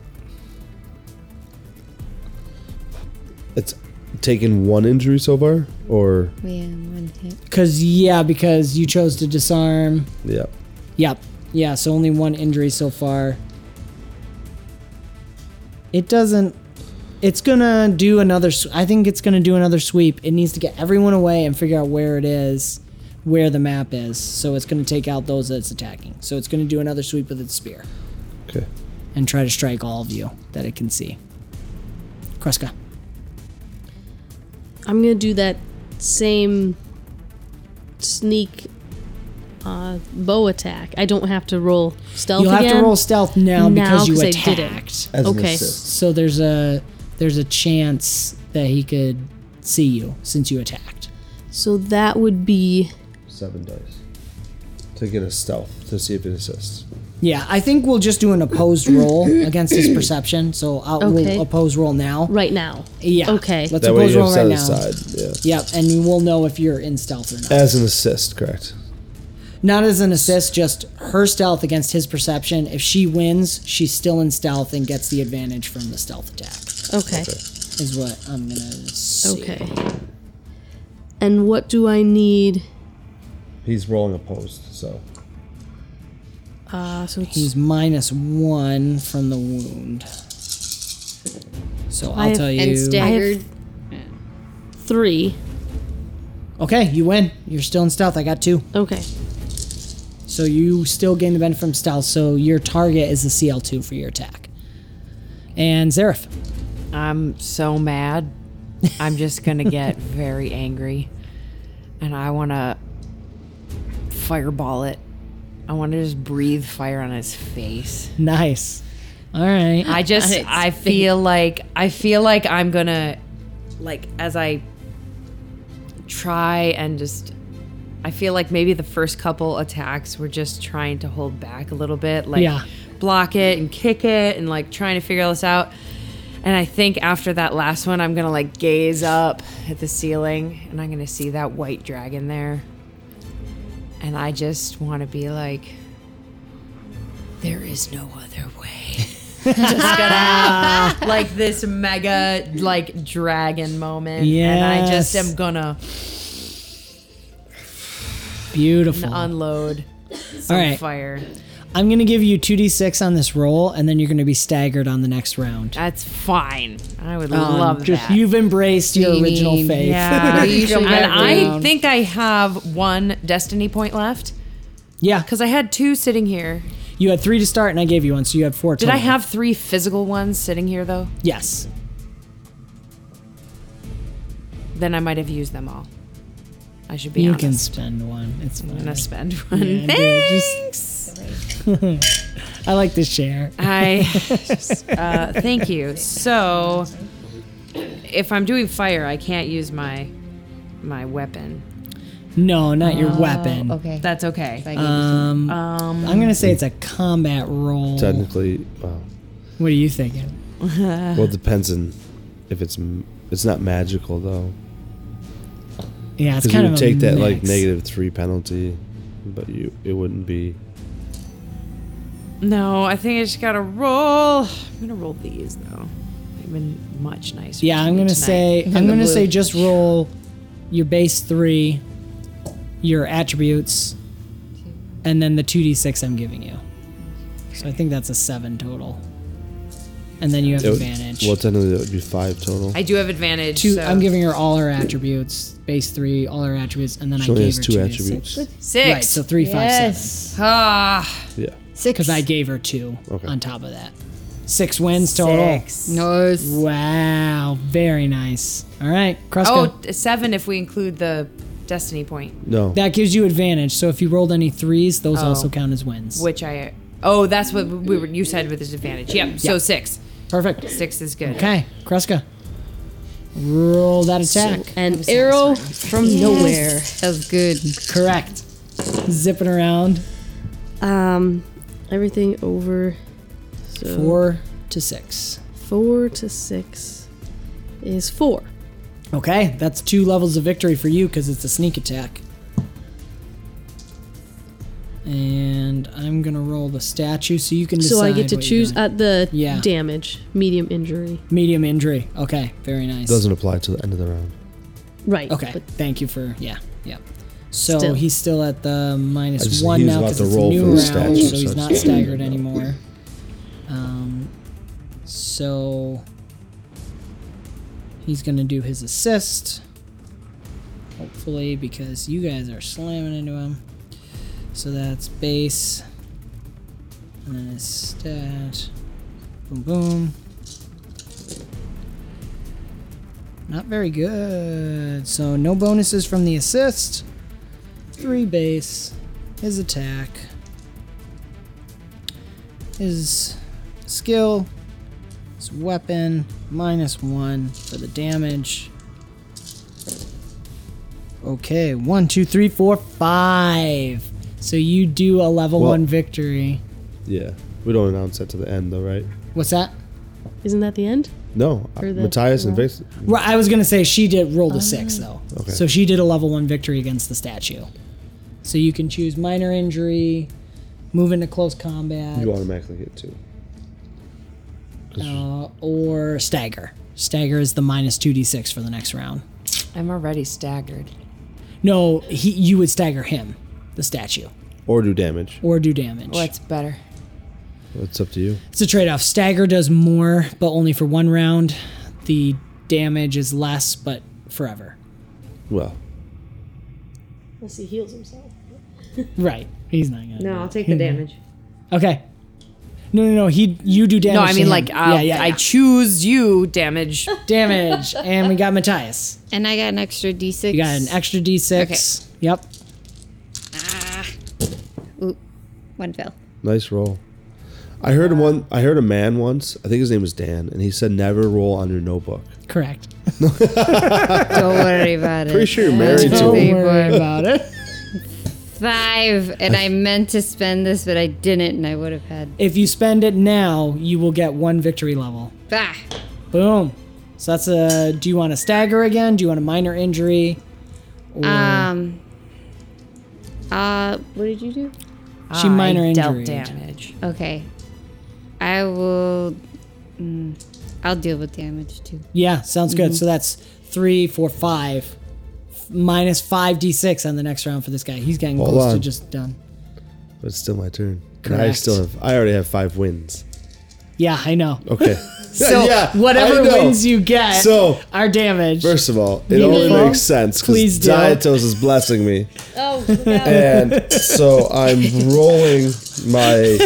[SPEAKER 3] It's taken one injury so far, or
[SPEAKER 5] Yeah, one hit.
[SPEAKER 1] Cause yeah, because you chose to disarm.
[SPEAKER 3] yeah.
[SPEAKER 1] Yep. Yeah, so only one injury so far. It doesn't it's gonna do another s- I think it's gonna do another sweep. It needs to get everyone away and figure out where it is, where the map is. So it's gonna take out those that it's attacking. So it's gonna do another sweep with its spear
[SPEAKER 3] Okay.
[SPEAKER 1] and try to strike all of you that it can see. Kreska.
[SPEAKER 4] I'm gonna do that same sneak uh, bow attack. I don't have to roll stealth.
[SPEAKER 1] You'll have to
[SPEAKER 4] again.
[SPEAKER 1] roll stealth now,
[SPEAKER 4] Now,
[SPEAKER 1] because you
[SPEAKER 4] 'cause I did it.
[SPEAKER 1] attacked.
[SPEAKER 3] As an
[SPEAKER 4] Okay.
[SPEAKER 3] assist.
[SPEAKER 1] So there's a there's a chance that he could see you since you attacked.
[SPEAKER 4] So that would be
[SPEAKER 3] Seven dice to get a stealth to see if it assists.
[SPEAKER 1] Yeah, I think we'll just do an opposed
[SPEAKER 4] [coughs]
[SPEAKER 1] roll against his perception. So I'll
[SPEAKER 4] Okay.
[SPEAKER 1] we'll oppose roll now.
[SPEAKER 4] right now.
[SPEAKER 1] Yeah.
[SPEAKER 4] Okay.
[SPEAKER 1] Let's
[SPEAKER 3] That way
[SPEAKER 1] oppose
[SPEAKER 3] you have
[SPEAKER 1] roll right
[SPEAKER 3] set
[SPEAKER 1] now.
[SPEAKER 3] aside. Yeah.
[SPEAKER 1] Yep, and we'll know if you're in stealth or not.
[SPEAKER 3] As an assist, correct?
[SPEAKER 1] Not as an assist, just her stealth against his perception. If she wins, she's still in stealth and gets the advantage from the stealth attack.
[SPEAKER 4] Okay.
[SPEAKER 1] Is what I'm gonna see.
[SPEAKER 4] Okay. And what do I need?
[SPEAKER 3] He's rolling opposed, so
[SPEAKER 1] Oh.
[SPEAKER 4] Uh, so it's
[SPEAKER 1] He's minus one from the wound. So I'll
[SPEAKER 4] I have-
[SPEAKER 1] tell you.
[SPEAKER 5] and staggered.
[SPEAKER 4] three.
[SPEAKER 1] Okay, you win. You're still in stealth. I got two.
[SPEAKER 4] Okay.
[SPEAKER 1] So you still gain the benefit from stealth. So your target is the CL2 for your attack. And Zerif.
[SPEAKER 2] I'm so mad. I'm just gonna get very angry, and I want to fireball it. I want to just breathe fire on his face.
[SPEAKER 1] [laughs] Nice. All right. [laughs]
[SPEAKER 2] I just I feel like I feel like I'm gonna like as I try and just I feel like maybe the first couple attacks were just trying to hold back a little bit, like
[SPEAKER 1] Yeah.
[SPEAKER 2] block it and kick it and like trying to figure this out. And I think after that last one, I'm gonna like gaze up at the ceiling and I'm gonna see that white dragon there. And I just wanna be like, there is no other
[SPEAKER 1] [laughs]
[SPEAKER 2] way [laughs] like this mega like dragon moment. And I just
[SPEAKER 1] Yes.
[SPEAKER 2] am gonna
[SPEAKER 1] Beautiful.
[SPEAKER 2] unload some
[SPEAKER 1] All right.
[SPEAKER 2] fire.
[SPEAKER 1] I'm going to give you 2d6 on this roll, and then you're going to be staggered on the next round.
[SPEAKER 2] That's fine. I would
[SPEAKER 1] Um,
[SPEAKER 2] love
[SPEAKER 1] just-
[SPEAKER 2] that.
[SPEAKER 1] You've embraced your original
[SPEAKER 5] Meaning-
[SPEAKER 1] faith.
[SPEAKER 2] yeah.
[SPEAKER 5] You should
[SPEAKER 2] and
[SPEAKER 5] back
[SPEAKER 2] I
[SPEAKER 5] down.
[SPEAKER 2] think I have one destiny point left.
[SPEAKER 1] [laughs] yeah.
[SPEAKER 2] Because I had two sitting here.
[SPEAKER 1] You had three to start, and I gave you one, so you had four
[SPEAKER 2] Did
[SPEAKER 1] total.
[SPEAKER 2] I have three physical ones sitting here though?
[SPEAKER 1] Yes.
[SPEAKER 2] Then I might have used them all. I should be
[SPEAKER 1] You can
[SPEAKER 2] honest.
[SPEAKER 1] spend one. It's fine.
[SPEAKER 2] I'm gonna spend one.
[SPEAKER 1] Yeah, do
[SPEAKER 2] Thanks.
[SPEAKER 1] it. Just- I like to share. [laughs]
[SPEAKER 2] I uh, thank you. So, if I'm doing fire, I can't use my my weapon.
[SPEAKER 1] No, not your weapon. Um,
[SPEAKER 5] Okay.
[SPEAKER 2] That's Oh, okay. Um,
[SPEAKER 5] Like, uh,
[SPEAKER 1] I'm gonna say it's a combat roll.
[SPEAKER 3] technically, well,
[SPEAKER 1] What are you thinking? Uh.
[SPEAKER 3] well, it depends on if it's m- it's not magical though,
[SPEAKER 1] Yeah, it's
[SPEAKER 3] because you
[SPEAKER 1] kind
[SPEAKER 3] would
[SPEAKER 1] of
[SPEAKER 3] take
[SPEAKER 1] a
[SPEAKER 3] that like
[SPEAKER 1] mix.
[SPEAKER 3] negative three penalty, but you it wouldn't be.
[SPEAKER 2] No, I think I just gotta roll. I'm gonna roll these though. They've been much nicer.
[SPEAKER 1] Yeah,
[SPEAKER 2] to
[SPEAKER 1] I'm
[SPEAKER 2] me
[SPEAKER 1] gonna
[SPEAKER 2] tonight.
[SPEAKER 1] say I'm gonna say just roll your base three, your attributes, and then the two d six I'm giving you. So I think that's a seven total. And then you have
[SPEAKER 3] It would-
[SPEAKER 1] advantage.
[SPEAKER 3] Well, technically that would be five total.
[SPEAKER 2] I do have advantage.
[SPEAKER 1] two,
[SPEAKER 2] so-
[SPEAKER 1] I'm giving her all her attributes, base three, all her attributes, and then
[SPEAKER 3] She
[SPEAKER 1] I
[SPEAKER 3] only
[SPEAKER 1] gave
[SPEAKER 3] has
[SPEAKER 1] her
[SPEAKER 3] two
[SPEAKER 1] 2d6.
[SPEAKER 3] attributes.
[SPEAKER 2] six.
[SPEAKER 1] Right, so three, five, seven.
[SPEAKER 2] ah,
[SPEAKER 3] Yeah.
[SPEAKER 5] six.
[SPEAKER 1] Because I gave her two
[SPEAKER 3] Okay.
[SPEAKER 1] on top of that. Six wins total.
[SPEAKER 5] Nice.
[SPEAKER 1] Wow, very nice. All right, Kruska.
[SPEAKER 2] oh, seven if we include the destiny point,
[SPEAKER 3] No.
[SPEAKER 1] That gives you advantage. So if you rolled any threes, those
[SPEAKER 2] Oh.
[SPEAKER 1] also count as wins.
[SPEAKER 2] which I. Oh, that's what we were. You said with disadvantage. Yep. So six.
[SPEAKER 1] Perfect.
[SPEAKER 2] Six is good.
[SPEAKER 1] Okay, Kruska. Roll that attack.
[SPEAKER 4] An arrow from nowhere.
[SPEAKER 5] That was good.
[SPEAKER 1] Correct. Zipping around.
[SPEAKER 4] Um, everything over. So
[SPEAKER 1] Four to six.
[SPEAKER 4] four to six is four.
[SPEAKER 1] Okay, that's two levels of victory for you because it's a sneak attack. And I'm gonna roll the statue so you can decide.
[SPEAKER 4] So I get to
[SPEAKER 1] what you're
[SPEAKER 4] choose
[SPEAKER 1] doing.
[SPEAKER 4] at the
[SPEAKER 1] Yeah.
[SPEAKER 4] damage, medium injury.
[SPEAKER 1] medium injury. Okay, very nice.
[SPEAKER 3] Doesn't apply to the end of the round.
[SPEAKER 4] Right.
[SPEAKER 1] Okay,
[SPEAKER 4] But
[SPEAKER 1] thank you for yeah, yeah. So
[SPEAKER 4] Still.
[SPEAKER 1] he's still at the minus
[SPEAKER 3] I just-
[SPEAKER 1] one
[SPEAKER 3] he was
[SPEAKER 1] now
[SPEAKER 3] about
[SPEAKER 1] because
[SPEAKER 3] to
[SPEAKER 1] it's
[SPEAKER 3] roll
[SPEAKER 1] a new
[SPEAKER 3] for
[SPEAKER 1] round,
[SPEAKER 3] the statue,
[SPEAKER 1] so
[SPEAKER 3] so
[SPEAKER 1] he's
[SPEAKER 3] it's
[SPEAKER 1] not
[SPEAKER 3] just-
[SPEAKER 1] staggered anymore. Um, so he's gonna do his assist, hopefully, because you guys are slamming into him. So that's base, and then his stat. Boom, boom. Not very good. So no bonuses from the assist. Three base. His attack. His skill. His weapon. Minus one for the damage. Okay, one, two, three, four, five. So you do a level
[SPEAKER 3] Well-
[SPEAKER 1] one victory.
[SPEAKER 3] Yeah. We don't announce that to the end though, right?
[SPEAKER 1] What's that?
[SPEAKER 4] isn't that the end?
[SPEAKER 3] No.
[SPEAKER 4] Or the-
[SPEAKER 3] Matthias and
[SPEAKER 4] no.
[SPEAKER 3] Vix.
[SPEAKER 1] Right,
[SPEAKER 2] Oh.
[SPEAKER 1] I was gonna say she did roll the six though,
[SPEAKER 3] Okay.
[SPEAKER 1] so she did a level one victory against the statue. So you can choose minor injury, move into close combat,
[SPEAKER 3] You automatically get two.
[SPEAKER 1] uh, or stagger. Stagger is the minus 2d6 for the next round.
[SPEAKER 2] I'm already staggered.
[SPEAKER 1] No, he, you would stagger him, the statue,
[SPEAKER 3] Or do damage.
[SPEAKER 1] or do damage.
[SPEAKER 2] What's better?
[SPEAKER 3] It's up to you.
[SPEAKER 1] It's a trade off. Stagger does more, but only for one round. The damage is less, but forever.
[SPEAKER 3] Well,
[SPEAKER 4] Unless he heals himself.
[SPEAKER 1] Right. He's not gonna.
[SPEAKER 5] No, I'll take the damage.
[SPEAKER 1] Okay. No, no, no. He, you do damage.
[SPEAKER 2] No, I
[SPEAKER 1] to
[SPEAKER 2] mean
[SPEAKER 1] him.
[SPEAKER 2] like
[SPEAKER 1] yeah,
[SPEAKER 2] I'll-
[SPEAKER 1] yeah,
[SPEAKER 2] I
[SPEAKER 1] yeah.
[SPEAKER 2] choose
[SPEAKER 1] [laughs]
[SPEAKER 2] you. Damage.
[SPEAKER 1] damage, and we got Matthias.
[SPEAKER 5] And I got an extra d6.
[SPEAKER 1] You got an extra d6. Yep.
[SPEAKER 5] Oop, one fell.
[SPEAKER 3] nice roll. I heard one. I heard a man once. I think his name was Dan, and he said, "Never roll on your notebook."
[SPEAKER 1] Correct.
[SPEAKER 5] Don't worry about it.
[SPEAKER 3] Pretty sure you're married
[SPEAKER 1] Don't
[SPEAKER 3] to
[SPEAKER 5] Big
[SPEAKER 3] him.
[SPEAKER 1] worry
[SPEAKER 5] one.
[SPEAKER 1] about it.
[SPEAKER 5] Five, and I meant to spend this, but I didn't, and I would have had.
[SPEAKER 1] If you spend it now, you will get one victory level.
[SPEAKER 5] Bah!
[SPEAKER 1] Boom. So that's a. Do you want to stagger again? Do you want a minor injury? Or
[SPEAKER 5] Um. Uh, what did you do?
[SPEAKER 1] she minor
[SPEAKER 2] I dealt
[SPEAKER 1] injury.
[SPEAKER 2] damage.
[SPEAKER 5] Okay. I will. mm, I'll deal with damage too.
[SPEAKER 1] Yeah, sounds good. So that's three, four, five, f- minus five d6 on the next round for this guy. He's getting
[SPEAKER 3] Hold
[SPEAKER 1] close to
[SPEAKER 3] on.
[SPEAKER 1] just done.
[SPEAKER 3] But it's still my turn. And I
[SPEAKER 1] Correct.
[SPEAKER 3] still have. I already have five wins.
[SPEAKER 1] Yeah, I know.
[SPEAKER 3] Okay.
[SPEAKER 1] [laughs]
[SPEAKER 3] [laughs]
[SPEAKER 1] So whatever wins you get
[SPEAKER 3] So-
[SPEAKER 1] are damage.
[SPEAKER 3] First of all, it
[SPEAKER 1] Beautiful.
[SPEAKER 3] only makes sense because
[SPEAKER 1] Please do.
[SPEAKER 3] Dietos is blessing me.
[SPEAKER 4] Oh, no.
[SPEAKER 3] And so I'm rolling
[SPEAKER 1] [laughs]
[SPEAKER 3] my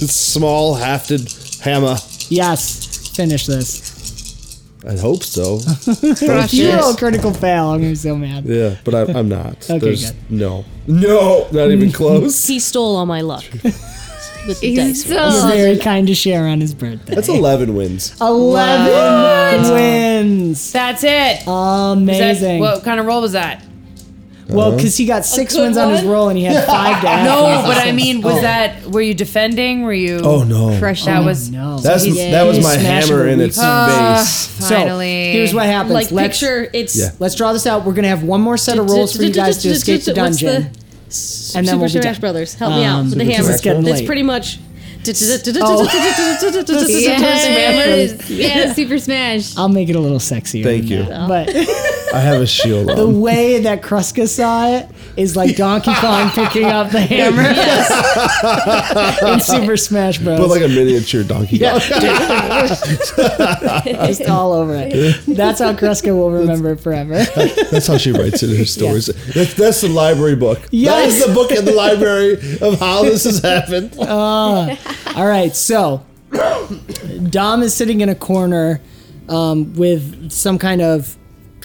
[SPEAKER 3] small hafted hammer.
[SPEAKER 1] yes, finish this.
[SPEAKER 3] I
[SPEAKER 1] [laughs]
[SPEAKER 3] hope so.
[SPEAKER 5] Crush
[SPEAKER 1] You roll a
[SPEAKER 5] it.
[SPEAKER 1] critical fail. I'm gonna be so mad.
[SPEAKER 3] Yeah, but I, I'm not.
[SPEAKER 1] Okay,
[SPEAKER 3] There's
[SPEAKER 1] good.
[SPEAKER 3] no, no,
[SPEAKER 1] [laughs]
[SPEAKER 3] not even close.
[SPEAKER 4] he stole all my luck with the
[SPEAKER 5] He's
[SPEAKER 4] dice.
[SPEAKER 1] He's
[SPEAKER 5] still-
[SPEAKER 1] very kind to share on his birthday.
[SPEAKER 3] That's 11
[SPEAKER 1] Oh,
[SPEAKER 3] wins.
[SPEAKER 1] Eleven wins.
[SPEAKER 2] That's it. That's-
[SPEAKER 1] Amazing.
[SPEAKER 2] what kind of roll was that?
[SPEAKER 1] well, because he got six
[SPEAKER 4] good
[SPEAKER 1] wins on his
[SPEAKER 4] one?
[SPEAKER 1] roll and he
[SPEAKER 3] [laughs]
[SPEAKER 1] had five to add.
[SPEAKER 2] No, but I mean, was that were you defending? Were you?
[SPEAKER 3] Oh no,
[SPEAKER 5] Crush
[SPEAKER 2] that
[SPEAKER 5] it.
[SPEAKER 2] was
[SPEAKER 1] No.
[SPEAKER 3] that's
[SPEAKER 4] He's-
[SPEAKER 3] that was
[SPEAKER 1] he's
[SPEAKER 3] my
[SPEAKER 1] smashing
[SPEAKER 3] hammer
[SPEAKER 1] the
[SPEAKER 3] in
[SPEAKER 1] weak
[SPEAKER 3] its
[SPEAKER 2] Ah,
[SPEAKER 3] face.
[SPEAKER 2] finally.
[SPEAKER 1] So here's what happens.
[SPEAKER 4] Like
[SPEAKER 1] Let's-
[SPEAKER 4] picture, it's
[SPEAKER 3] Yeah.
[SPEAKER 1] Let's draw this out. We're gonna have one more set of rules for you guys to escape the
[SPEAKER 4] What's the-
[SPEAKER 1] dungeon, and then
[SPEAKER 4] Super
[SPEAKER 1] we'll be
[SPEAKER 4] Smash
[SPEAKER 1] done.
[SPEAKER 4] Brothers. Help me out
[SPEAKER 1] Um,
[SPEAKER 4] with the
[SPEAKER 1] Super
[SPEAKER 4] hammer.
[SPEAKER 1] Smash Brothers.
[SPEAKER 4] It's
[SPEAKER 1] Late. [laughs]
[SPEAKER 4] pretty much. [laughs]
[SPEAKER 5] Yes. Yeah, Super Smash.
[SPEAKER 1] I'll make it a little sexier.
[SPEAKER 3] Thank
[SPEAKER 1] than
[SPEAKER 3] you.
[SPEAKER 1] that. But
[SPEAKER 3] I have a shield [laughs]
[SPEAKER 1] the
[SPEAKER 3] on.
[SPEAKER 1] way that Kruska saw it is like Donkey Kong picking up the hammer [laughs] in Super Smash Bros.
[SPEAKER 3] But like a miniature donkey.
[SPEAKER 1] Yeah.
[SPEAKER 3] Kong.
[SPEAKER 1] just all over it. That's how Kruska will remember it forever.
[SPEAKER 3] That's how she
[SPEAKER 1] [laughs]
[SPEAKER 3] writes it in her stories. That's, that's the library book. That
[SPEAKER 1] Yes.
[SPEAKER 3] is the book in the library of how
[SPEAKER 1] [laughs]
[SPEAKER 3] this has happened.
[SPEAKER 1] All right, so Dom is sitting in a corner um, with some kind of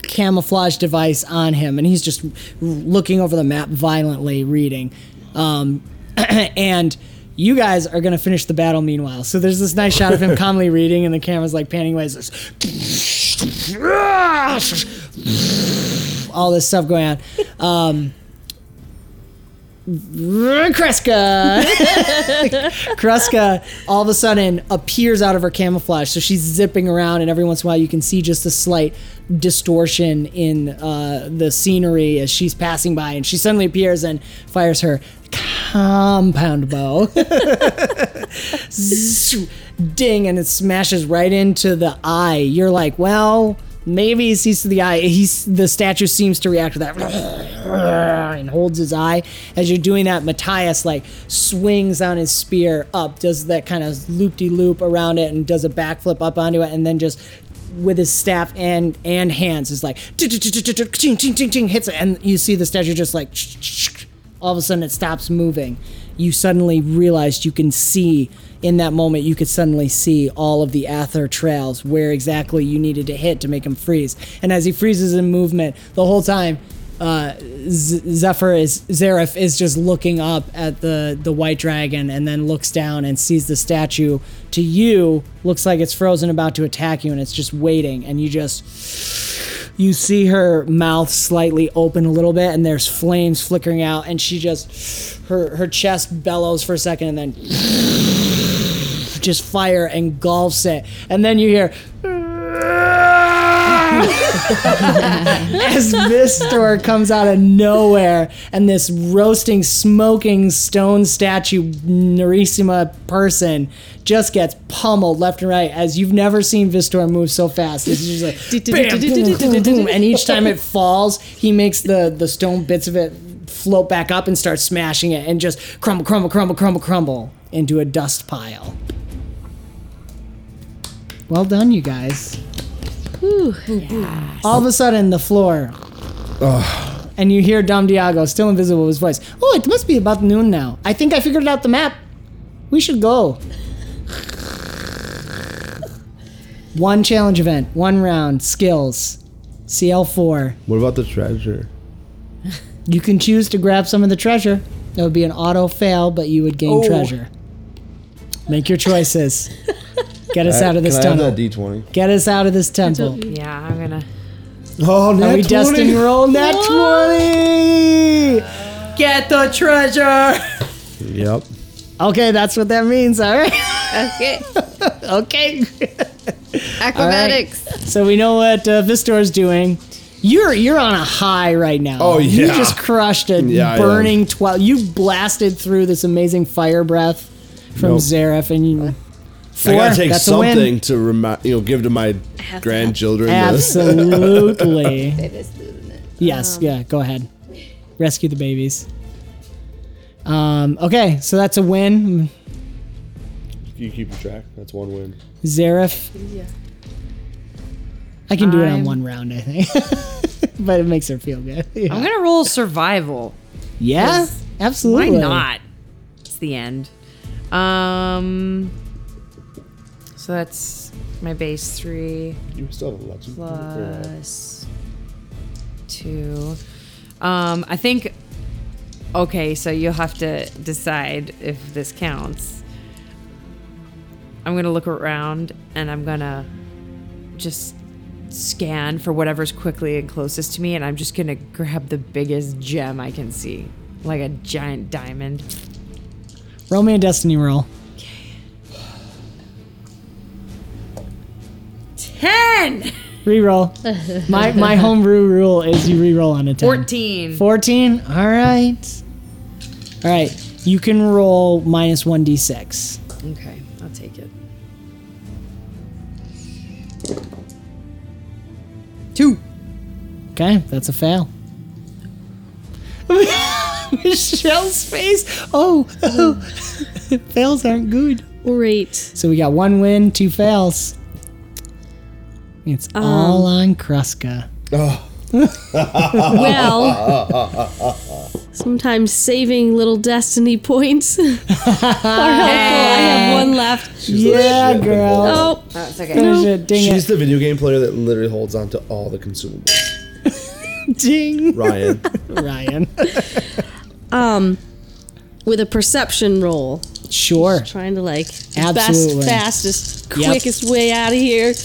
[SPEAKER 1] camouflage device on him, and he's just r- looking over the map violently, reading. Um, [clears throat] and you guys are going to finish the battle meanwhile. So there's this nice shot of him calmly [laughs] reading, and the camera's like panning away. It's this All this stuff going on. Um, Kreska. Kreska all of a sudden appears out of her camouflage. So she's zipping around, and every once in a while you can see just a slight distortion in uh, the scenery as she's passing by. And she suddenly appears and fires her compound bow. Zzz, Ding, and it smashes right into the eye. You're like, well. Maybe he sees to the eye. He's the statue seems to react to that [laughs] and holds his eye. As you're doing that, Matthias like swings on his spear up, does that kind of loop de loop around it, and does a backflip up onto it, and then just with his staff and and hands is like ting ting ting ting hits it, and you see the statue just like [laughs] all of a sudden it stops moving. You suddenly realized you can see in that moment you could suddenly see all of the Ather trails where exactly you needed to hit to make him freeze. And as he freezes in movement, the whole time uh, Z- Zephyr is Zeref is just looking up at the the white dragon and then looks down and sees the statue. To you, looks like it's frozen, about to attack you, and it's just waiting. And you just you see her mouth slightly open a little bit, and there's flames flickering out, and she just her her chest bellows for a second, and then just fire engulfs it, and then you hear. as this door comes out of nowhere and this roasting, smoking stone statue Narissima person just gets pummeled left and right as you've never seen Vistor move so fast. It's just like bam, boom, boom, boom, and each time it falls, he makes the the stone bits of it float back up and start smashing it and just crumble, crumble, crumble, crumble, crumble into a dust pile. Well done, you guys. All of a sudden, the floor. And you hear Dom Diago, still invisible, his voice. Oh, it must be about noon now. I think I figured out the map. We should go. one challenge event, one round, skills, CL4.
[SPEAKER 3] What about the treasure?
[SPEAKER 1] You can choose to grab some of the treasure. That would be an auto fail, but you would
[SPEAKER 3] Oh.
[SPEAKER 1] gain treasure. Make your choices. Get us out of this
[SPEAKER 3] Can I have
[SPEAKER 1] tunnel.
[SPEAKER 3] that D twenty.
[SPEAKER 1] Get us out of this temple.
[SPEAKER 2] Yeah, I'm gonna.
[SPEAKER 3] Oh,
[SPEAKER 1] Are we destined to roll net 20?
[SPEAKER 2] Get the treasure!
[SPEAKER 3] Yep.
[SPEAKER 1] Okay, that's what that means. All right. [laughs]
[SPEAKER 5] Okay.
[SPEAKER 1] Okay.
[SPEAKER 5] Acrobatics.
[SPEAKER 1] So we know what uh, Vistor's doing. You're you're on a high right now.
[SPEAKER 3] Oh,
[SPEAKER 1] You
[SPEAKER 3] yeah.
[SPEAKER 1] just crushed a
[SPEAKER 3] Yeah, I am.
[SPEAKER 1] burning twelve. You blasted through this amazing fire breath from
[SPEAKER 3] Nope.
[SPEAKER 1] Zaref, and you. Four.
[SPEAKER 3] I gotta take
[SPEAKER 1] that's a win.
[SPEAKER 3] something to remind you know give to my grandchildren. to-
[SPEAKER 1] Absolutely. Yes, yeah, go ahead. Rescue the babies. Um, okay, so that's a win.
[SPEAKER 3] [laughs] you keep track. That's one win.
[SPEAKER 1] Zaref. I can do it on
[SPEAKER 2] I'm-
[SPEAKER 1] one round, I think. [laughs] but it makes her feel good. Yeah.
[SPEAKER 2] I'm gonna roll survival.
[SPEAKER 1] Yeah,
[SPEAKER 2] Oh, Why
[SPEAKER 1] absolutely.
[SPEAKER 2] not? It's the end. Um. So that's my base three
[SPEAKER 3] You still have a legend.
[SPEAKER 2] plus two. Um, I think. Okay, so you'll have to decide if this counts. I'm gonna look around and I'm gonna just scan for whatever's quickly and closest to me, and I'm just gonna grab the biggest gem I can see, like a giant diamond.
[SPEAKER 1] Roll me a destiny roll.
[SPEAKER 2] Ten. [laughs]
[SPEAKER 1] Reroll. my my homebrew rule is you reroll on a 10.
[SPEAKER 2] 14.
[SPEAKER 1] 14? All right. All right. You can roll minus 1d6.
[SPEAKER 2] Okay, I'll take it. Two.
[SPEAKER 1] Okay, that's a fail. [laughs] Michelle's face. Oh, [laughs] oh. fails aren't good.
[SPEAKER 4] Great.
[SPEAKER 1] So we got one win, two fails. It's all on Kruska.
[SPEAKER 4] Well,
[SPEAKER 3] [laughs]
[SPEAKER 4] sometimes saving little destiny points [laughs] are helpful. I have one left.
[SPEAKER 1] Yeah, girl.
[SPEAKER 4] Oh,
[SPEAKER 2] That's okay.
[SPEAKER 1] Finish it. Ding
[SPEAKER 3] She's
[SPEAKER 1] it.
[SPEAKER 3] the video game player that literally holds on to all the consumables.
[SPEAKER 1] Ding. [laughs]
[SPEAKER 3] Ryan.
[SPEAKER 1] Ryan.
[SPEAKER 4] with a perception roll.
[SPEAKER 1] Sure.
[SPEAKER 4] Trying to like the
[SPEAKER 1] Absolutely.
[SPEAKER 4] best, fastest,
[SPEAKER 1] Yep.
[SPEAKER 4] quickest way out of here.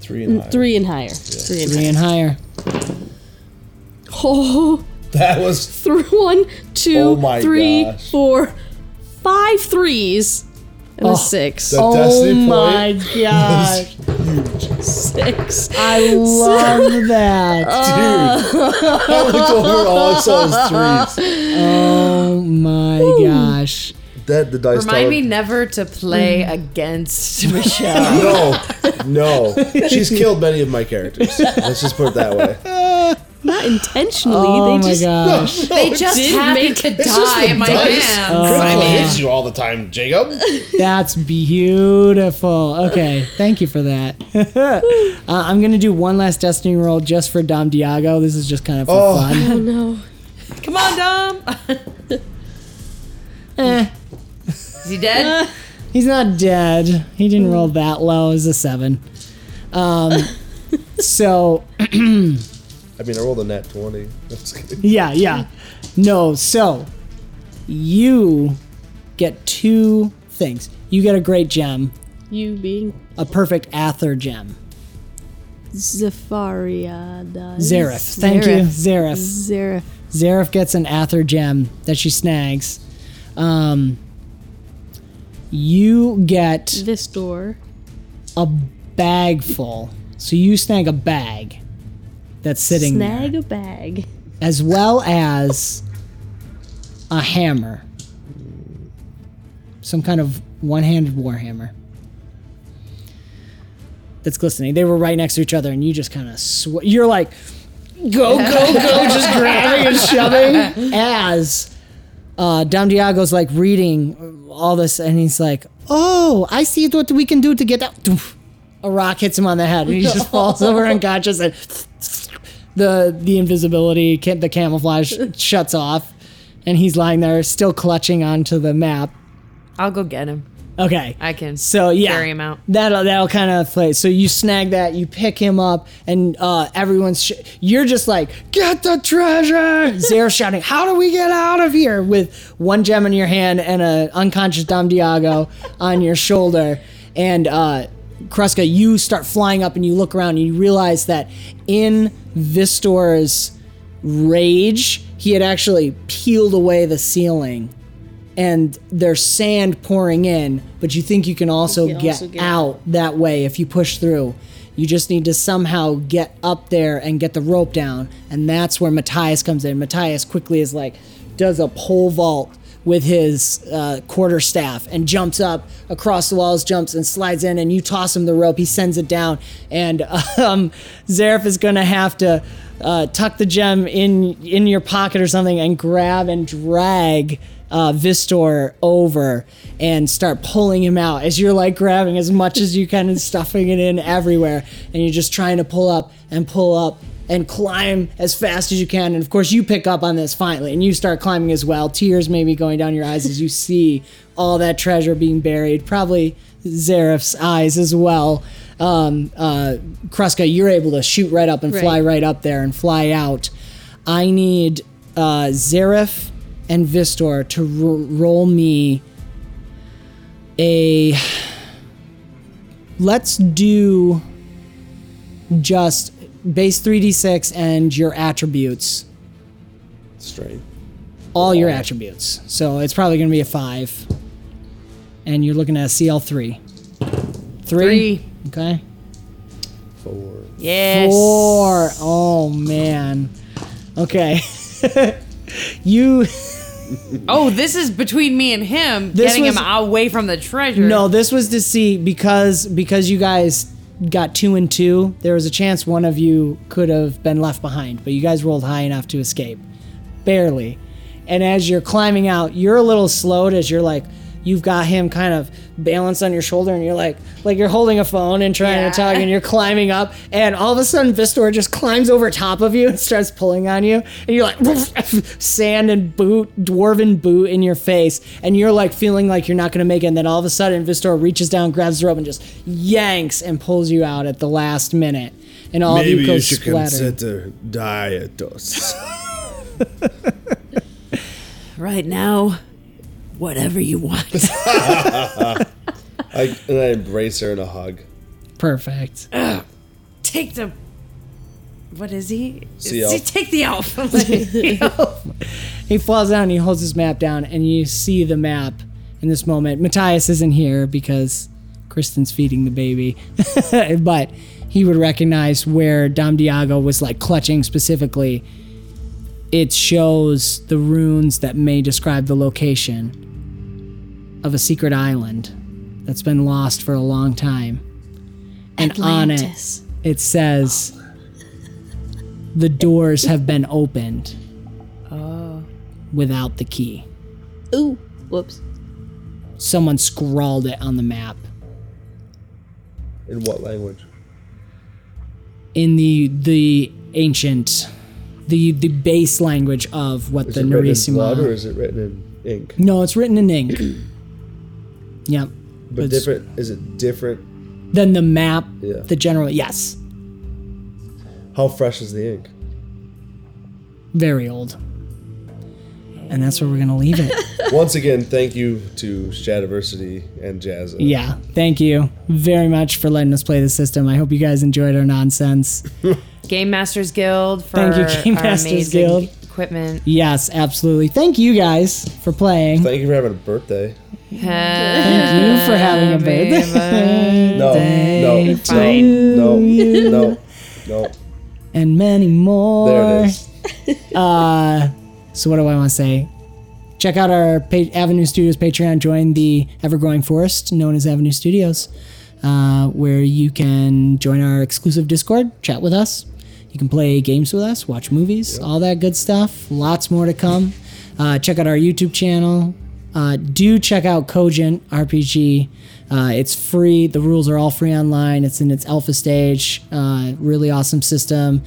[SPEAKER 3] Three and higher.
[SPEAKER 4] Three and higher. Three and
[SPEAKER 1] Three
[SPEAKER 4] higher.
[SPEAKER 1] and higher.
[SPEAKER 4] [laughs] Oh,
[SPEAKER 3] That was
[SPEAKER 4] through one,
[SPEAKER 3] Oh
[SPEAKER 4] two,
[SPEAKER 3] my
[SPEAKER 4] three,
[SPEAKER 3] gosh.
[SPEAKER 4] four, five threes, and
[SPEAKER 1] Oh,
[SPEAKER 4] a six.
[SPEAKER 3] that- A
[SPEAKER 1] oh
[SPEAKER 3] destiny
[SPEAKER 1] my
[SPEAKER 3] [laughs]
[SPEAKER 1] gosh. [laughs]
[SPEAKER 4] Six. Uh,
[SPEAKER 1] I love
[SPEAKER 3] [laughs]
[SPEAKER 1] that.
[SPEAKER 2] [laughs]
[SPEAKER 3] dude. I looked over all I saw was threes.
[SPEAKER 1] Oh my gosh.
[SPEAKER 3] That the dice
[SPEAKER 2] Remind
[SPEAKER 3] tower-
[SPEAKER 2] me never to play against Michelle.
[SPEAKER 3] No, no. She's killed many of my characters. Let's just put it that [laughs] way.
[SPEAKER 4] Not intentionally.
[SPEAKER 1] Oh
[SPEAKER 4] they
[SPEAKER 1] my
[SPEAKER 4] just
[SPEAKER 1] gosh.
[SPEAKER 2] they just
[SPEAKER 4] did
[SPEAKER 2] happen
[SPEAKER 4] make-
[SPEAKER 2] to die in my
[SPEAKER 3] dice. Oh,
[SPEAKER 2] hands.
[SPEAKER 3] Crime hits you all the time, [laughs] Jacob.
[SPEAKER 1] That's beautiful. Okay, thank you for
[SPEAKER 2] [laughs]
[SPEAKER 1] that. uh, I'm gonna do one last destiny roll just for Dom Diago. This is just kind of for
[SPEAKER 3] Oh.
[SPEAKER 2] [laughs]
[SPEAKER 1] fun.
[SPEAKER 4] no.
[SPEAKER 2] Come on, Dom. [laughs]
[SPEAKER 1] Eh, Uh,
[SPEAKER 2] Is he dead? Hmm.
[SPEAKER 1] he's not dead. He didn't roll that low. It's a seven. Um,
[SPEAKER 2] [laughs]
[SPEAKER 1] so
[SPEAKER 3] I mean, I rolled a nat twenty. [laughs] I'm just kidding.
[SPEAKER 1] yeah, yeah. No, so you get two things. You get a great gem,
[SPEAKER 4] You being
[SPEAKER 1] a perfect Ather gem.
[SPEAKER 4] Zepharia.
[SPEAKER 1] Zareth. Thank you, Zareth.
[SPEAKER 4] Zareth.
[SPEAKER 1] Zareth gets an Ather gem that she snags. Um, you get
[SPEAKER 4] This door.
[SPEAKER 1] a bag full So you snag a bag that's sitting
[SPEAKER 4] Snag
[SPEAKER 1] there,
[SPEAKER 4] a bag.
[SPEAKER 1] as well as a hammer, some kind of one-handed warhammer that's glistening. They were right next to each other, and you just kind of sw- you're like, go, go, go, just grabbing and shoving as uh, Dom Diago's like reading all this, and he's like, "Oh, I see what we can do to get out." Doof. A rock hits him on the head, and he just falls over unconscious. And the the invisibility, ca- the
[SPEAKER 2] [laughs]
[SPEAKER 1] camouflage shuts off, and he's lying there still clutching onto the map.
[SPEAKER 2] I'll go get him.
[SPEAKER 1] Okay,
[SPEAKER 2] I can
[SPEAKER 1] so yeah,
[SPEAKER 2] carry him out.
[SPEAKER 1] That'll that'll kind of play. So you snag that, you pick him up, and uh, everyone's sh- you're just like get the
[SPEAKER 2] [laughs]
[SPEAKER 1] treasure. Zero shouting, "How do we get out of here?" With one gem in your hand and a unconscious Dom
[SPEAKER 2] [laughs]
[SPEAKER 1] Diago on your shoulder, and uh, Kreska, you start flying up and you look around and you realize that in Vistor's rage, he had actually peeled away the ceiling and there's sand pouring in, but you think you can also,
[SPEAKER 4] You can
[SPEAKER 1] get,
[SPEAKER 4] also get-
[SPEAKER 1] out that way if you push through. You just need to somehow get up there and get the rope down, and that's where Matthias comes in. Matthias quickly is like, does a pole vault with his uh, quarter staff and jumps up across the walls, jumps and slides in, and you toss him the rope. He sends it down, and [laughs] um, Zareph is gonna have to uh, tuck the gem in in your pocket or something and grab and drag uh, Vistor over and start pulling him out as you're like grabbing as much as you can and stuffing it in everywhere. And you're just trying to pull up and pull up and climb as fast as you can. And of course, you pick up on this finally and you start climbing as well. Tears maybe going down your eyes as you see all that treasure being buried. Probably Zaref's eyes as well. Um, uh, Kreska, you're able to shoot right up and fly
[SPEAKER 4] Right.
[SPEAKER 1] right up there and fly out. I need uh, Zaref and Vistor to ro- roll me a. [sighs] Let's do just base 3d6 and your attributes.
[SPEAKER 3] Straight.
[SPEAKER 1] All your attributes. So it's probably going to be a five. And you're looking at a CL3. Three.
[SPEAKER 2] Three.
[SPEAKER 1] Okay.
[SPEAKER 3] Four.
[SPEAKER 2] Yes.
[SPEAKER 1] Four. Oh, man. Okay. [laughs] you.
[SPEAKER 2] Oh, this is between me and him
[SPEAKER 1] This
[SPEAKER 2] getting
[SPEAKER 1] was-
[SPEAKER 2] him away from the treasure.
[SPEAKER 1] No, this was to see because because you guys got two and two. There was a chance one of you could have been left behind, but you guys rolled high enough to escape, barely. And as you're climbing out, you're a little slowed as you're like, you've got him kind of balanced on your shoulder, and you're like, like you're holding a phone and trying to talk, and you're climbing up, and all of a sudden Vistor just climbs over top of you and starts pulling on you, and you're like, [laughs] sand and boot, dwarven boot in your face, and you're like feeling like you're not gonna make it, and then all of a sudden Vistor reaches down, grabs the rope, and just yanks and pulls you out at the last minute, and all of
[SPEAKER 3] Maybe
[SPEAKER 1] you
[SPEAKER 3] you
[SPEAKER 1] go
[SPEAKER 3] should
[SPEAKER 1] splatter.
[SPEAKER 3] consider dietos.
[SPEAKER 2] Right now, whatever you want.
[SPEAKER 3] I, and I embrace her in a hug.
[SPEAKER 1] Perfect.
[SPEAKER 2] [laughs] take the. What is he?
[SPEAKER 3] See elf.
[SPEAKER 2] Take the elf.
[SPEAKER 1] he falls down and he holds his map down and you see the map in this moment matthias isn't here because kristen's feeding the baby [laughs] but he would recognize where dom diago was like clutching specifically it shows the runes that may describe the location of a secret island that's been lost for a long time and
[SPEAKER 4] Atlantis.
[SPEAKER 1] on it it says the doors have been opened without the key.
[SPEAKER 4] Ooh, whoops.
[SPEAKER 1] Someone scrawled it on the map
[SPEAKER 3] In what language?
[SPEAKER 1] in the the ancient, the the base language of what
[SPEAKER 3] Is
[SPEAKER 1] the
[SPEAKER 3] it written in blood or
[SPEAKER 1] Nerissima.
[SPEAKER 3] is it written in ink?
[SPEAKER 1] No, it's written in
[SPEAKER 3] [clears throat]
[SPEAKER 1] ink. yep.
[SPEAKER 3] But
[SPEAKER 1] It's-
[SPEAKER 3] different. Is it different?
[SPEAKER 1] Then the map,
[SPEAKER 3] Yeah.
[SPEAKER 1] the general, yes,
[SPEAKER 3] How fresh is the ink?
[SPEAKER 1] very old. And that's where we're gonna leave
[SPEAKER 4] [laughs]
[SPEAKER 1] it.
[SPEAKER 3] Once again, thank you to Shadiversity and Jazz.
[SPEAKER 1] yeah, thank you very much for letting us play the system. I hope you guys enjoyed our nonsense.
[SPEAKER 2] Game Masters Guild for
[SPEAKER 1] Thank you, Game
[SPEAKER 2] our
[SPEAKER 1] Masters
[SPEAKER 2] amazing
[SPEAKER 1] Guild.
[SPEAKER 2] equipment.
[SPEAKER 1] Yes, absolutely. Thank you guys for playing.
[SPEAKER 3] Thank you for having a birthday.
[SPEAKER 1] Thank you for having a birthday.
[SPEAKER 3] No, no,
[SPEAKER 1] Fine.
[SPEAKER 3] no, no, no,
[SPEAKER 1] [laughs]
[SPEAKER 3] no.
[SPEAKER 1] [laughs] and many more.
[SPEAKER 3] There it is.
[SPEAKER 1] Uh, so what do I want to say? Check out our pa- Avenue Studios Patreon. Join the ever-growing forest known as Avenue Studios, uh, where you can join our exclusive Discord, chat with us. You can play games with us, watch movies, all that good stuff. Lots more to come. Uh, check out our YouTube channel. Uh, do check out Cogent RPG. Uh, it's free. The rules are all free online. It's in its alpha stage. Uh, really awesome system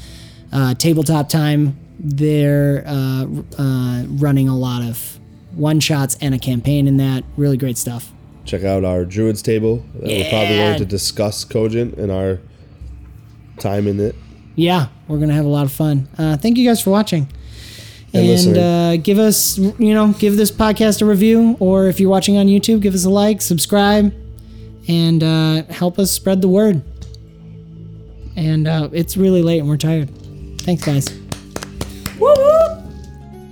[SPEAKER 1] uh, tabletop time they're uh, uh, running a lot of one shots and a campaign in that really great stuff
[SPEAKER 3] Check out our Druids table. That We're probably going to discuss Cogent and our time in it.
[SPEAKER 1] yeah we're gonna have a lot of fun uh, thank you guys for watching
[SPEAKER 3] And
[SPEAKER 1] and
[SPEAKER 3] listening.
[SPEAKER 1] uh, give us you know give this podcast a review or if you're watching on youtube give us a like subscribe and uh, help us spread the word and uh, it's really late and we're tired thanks guys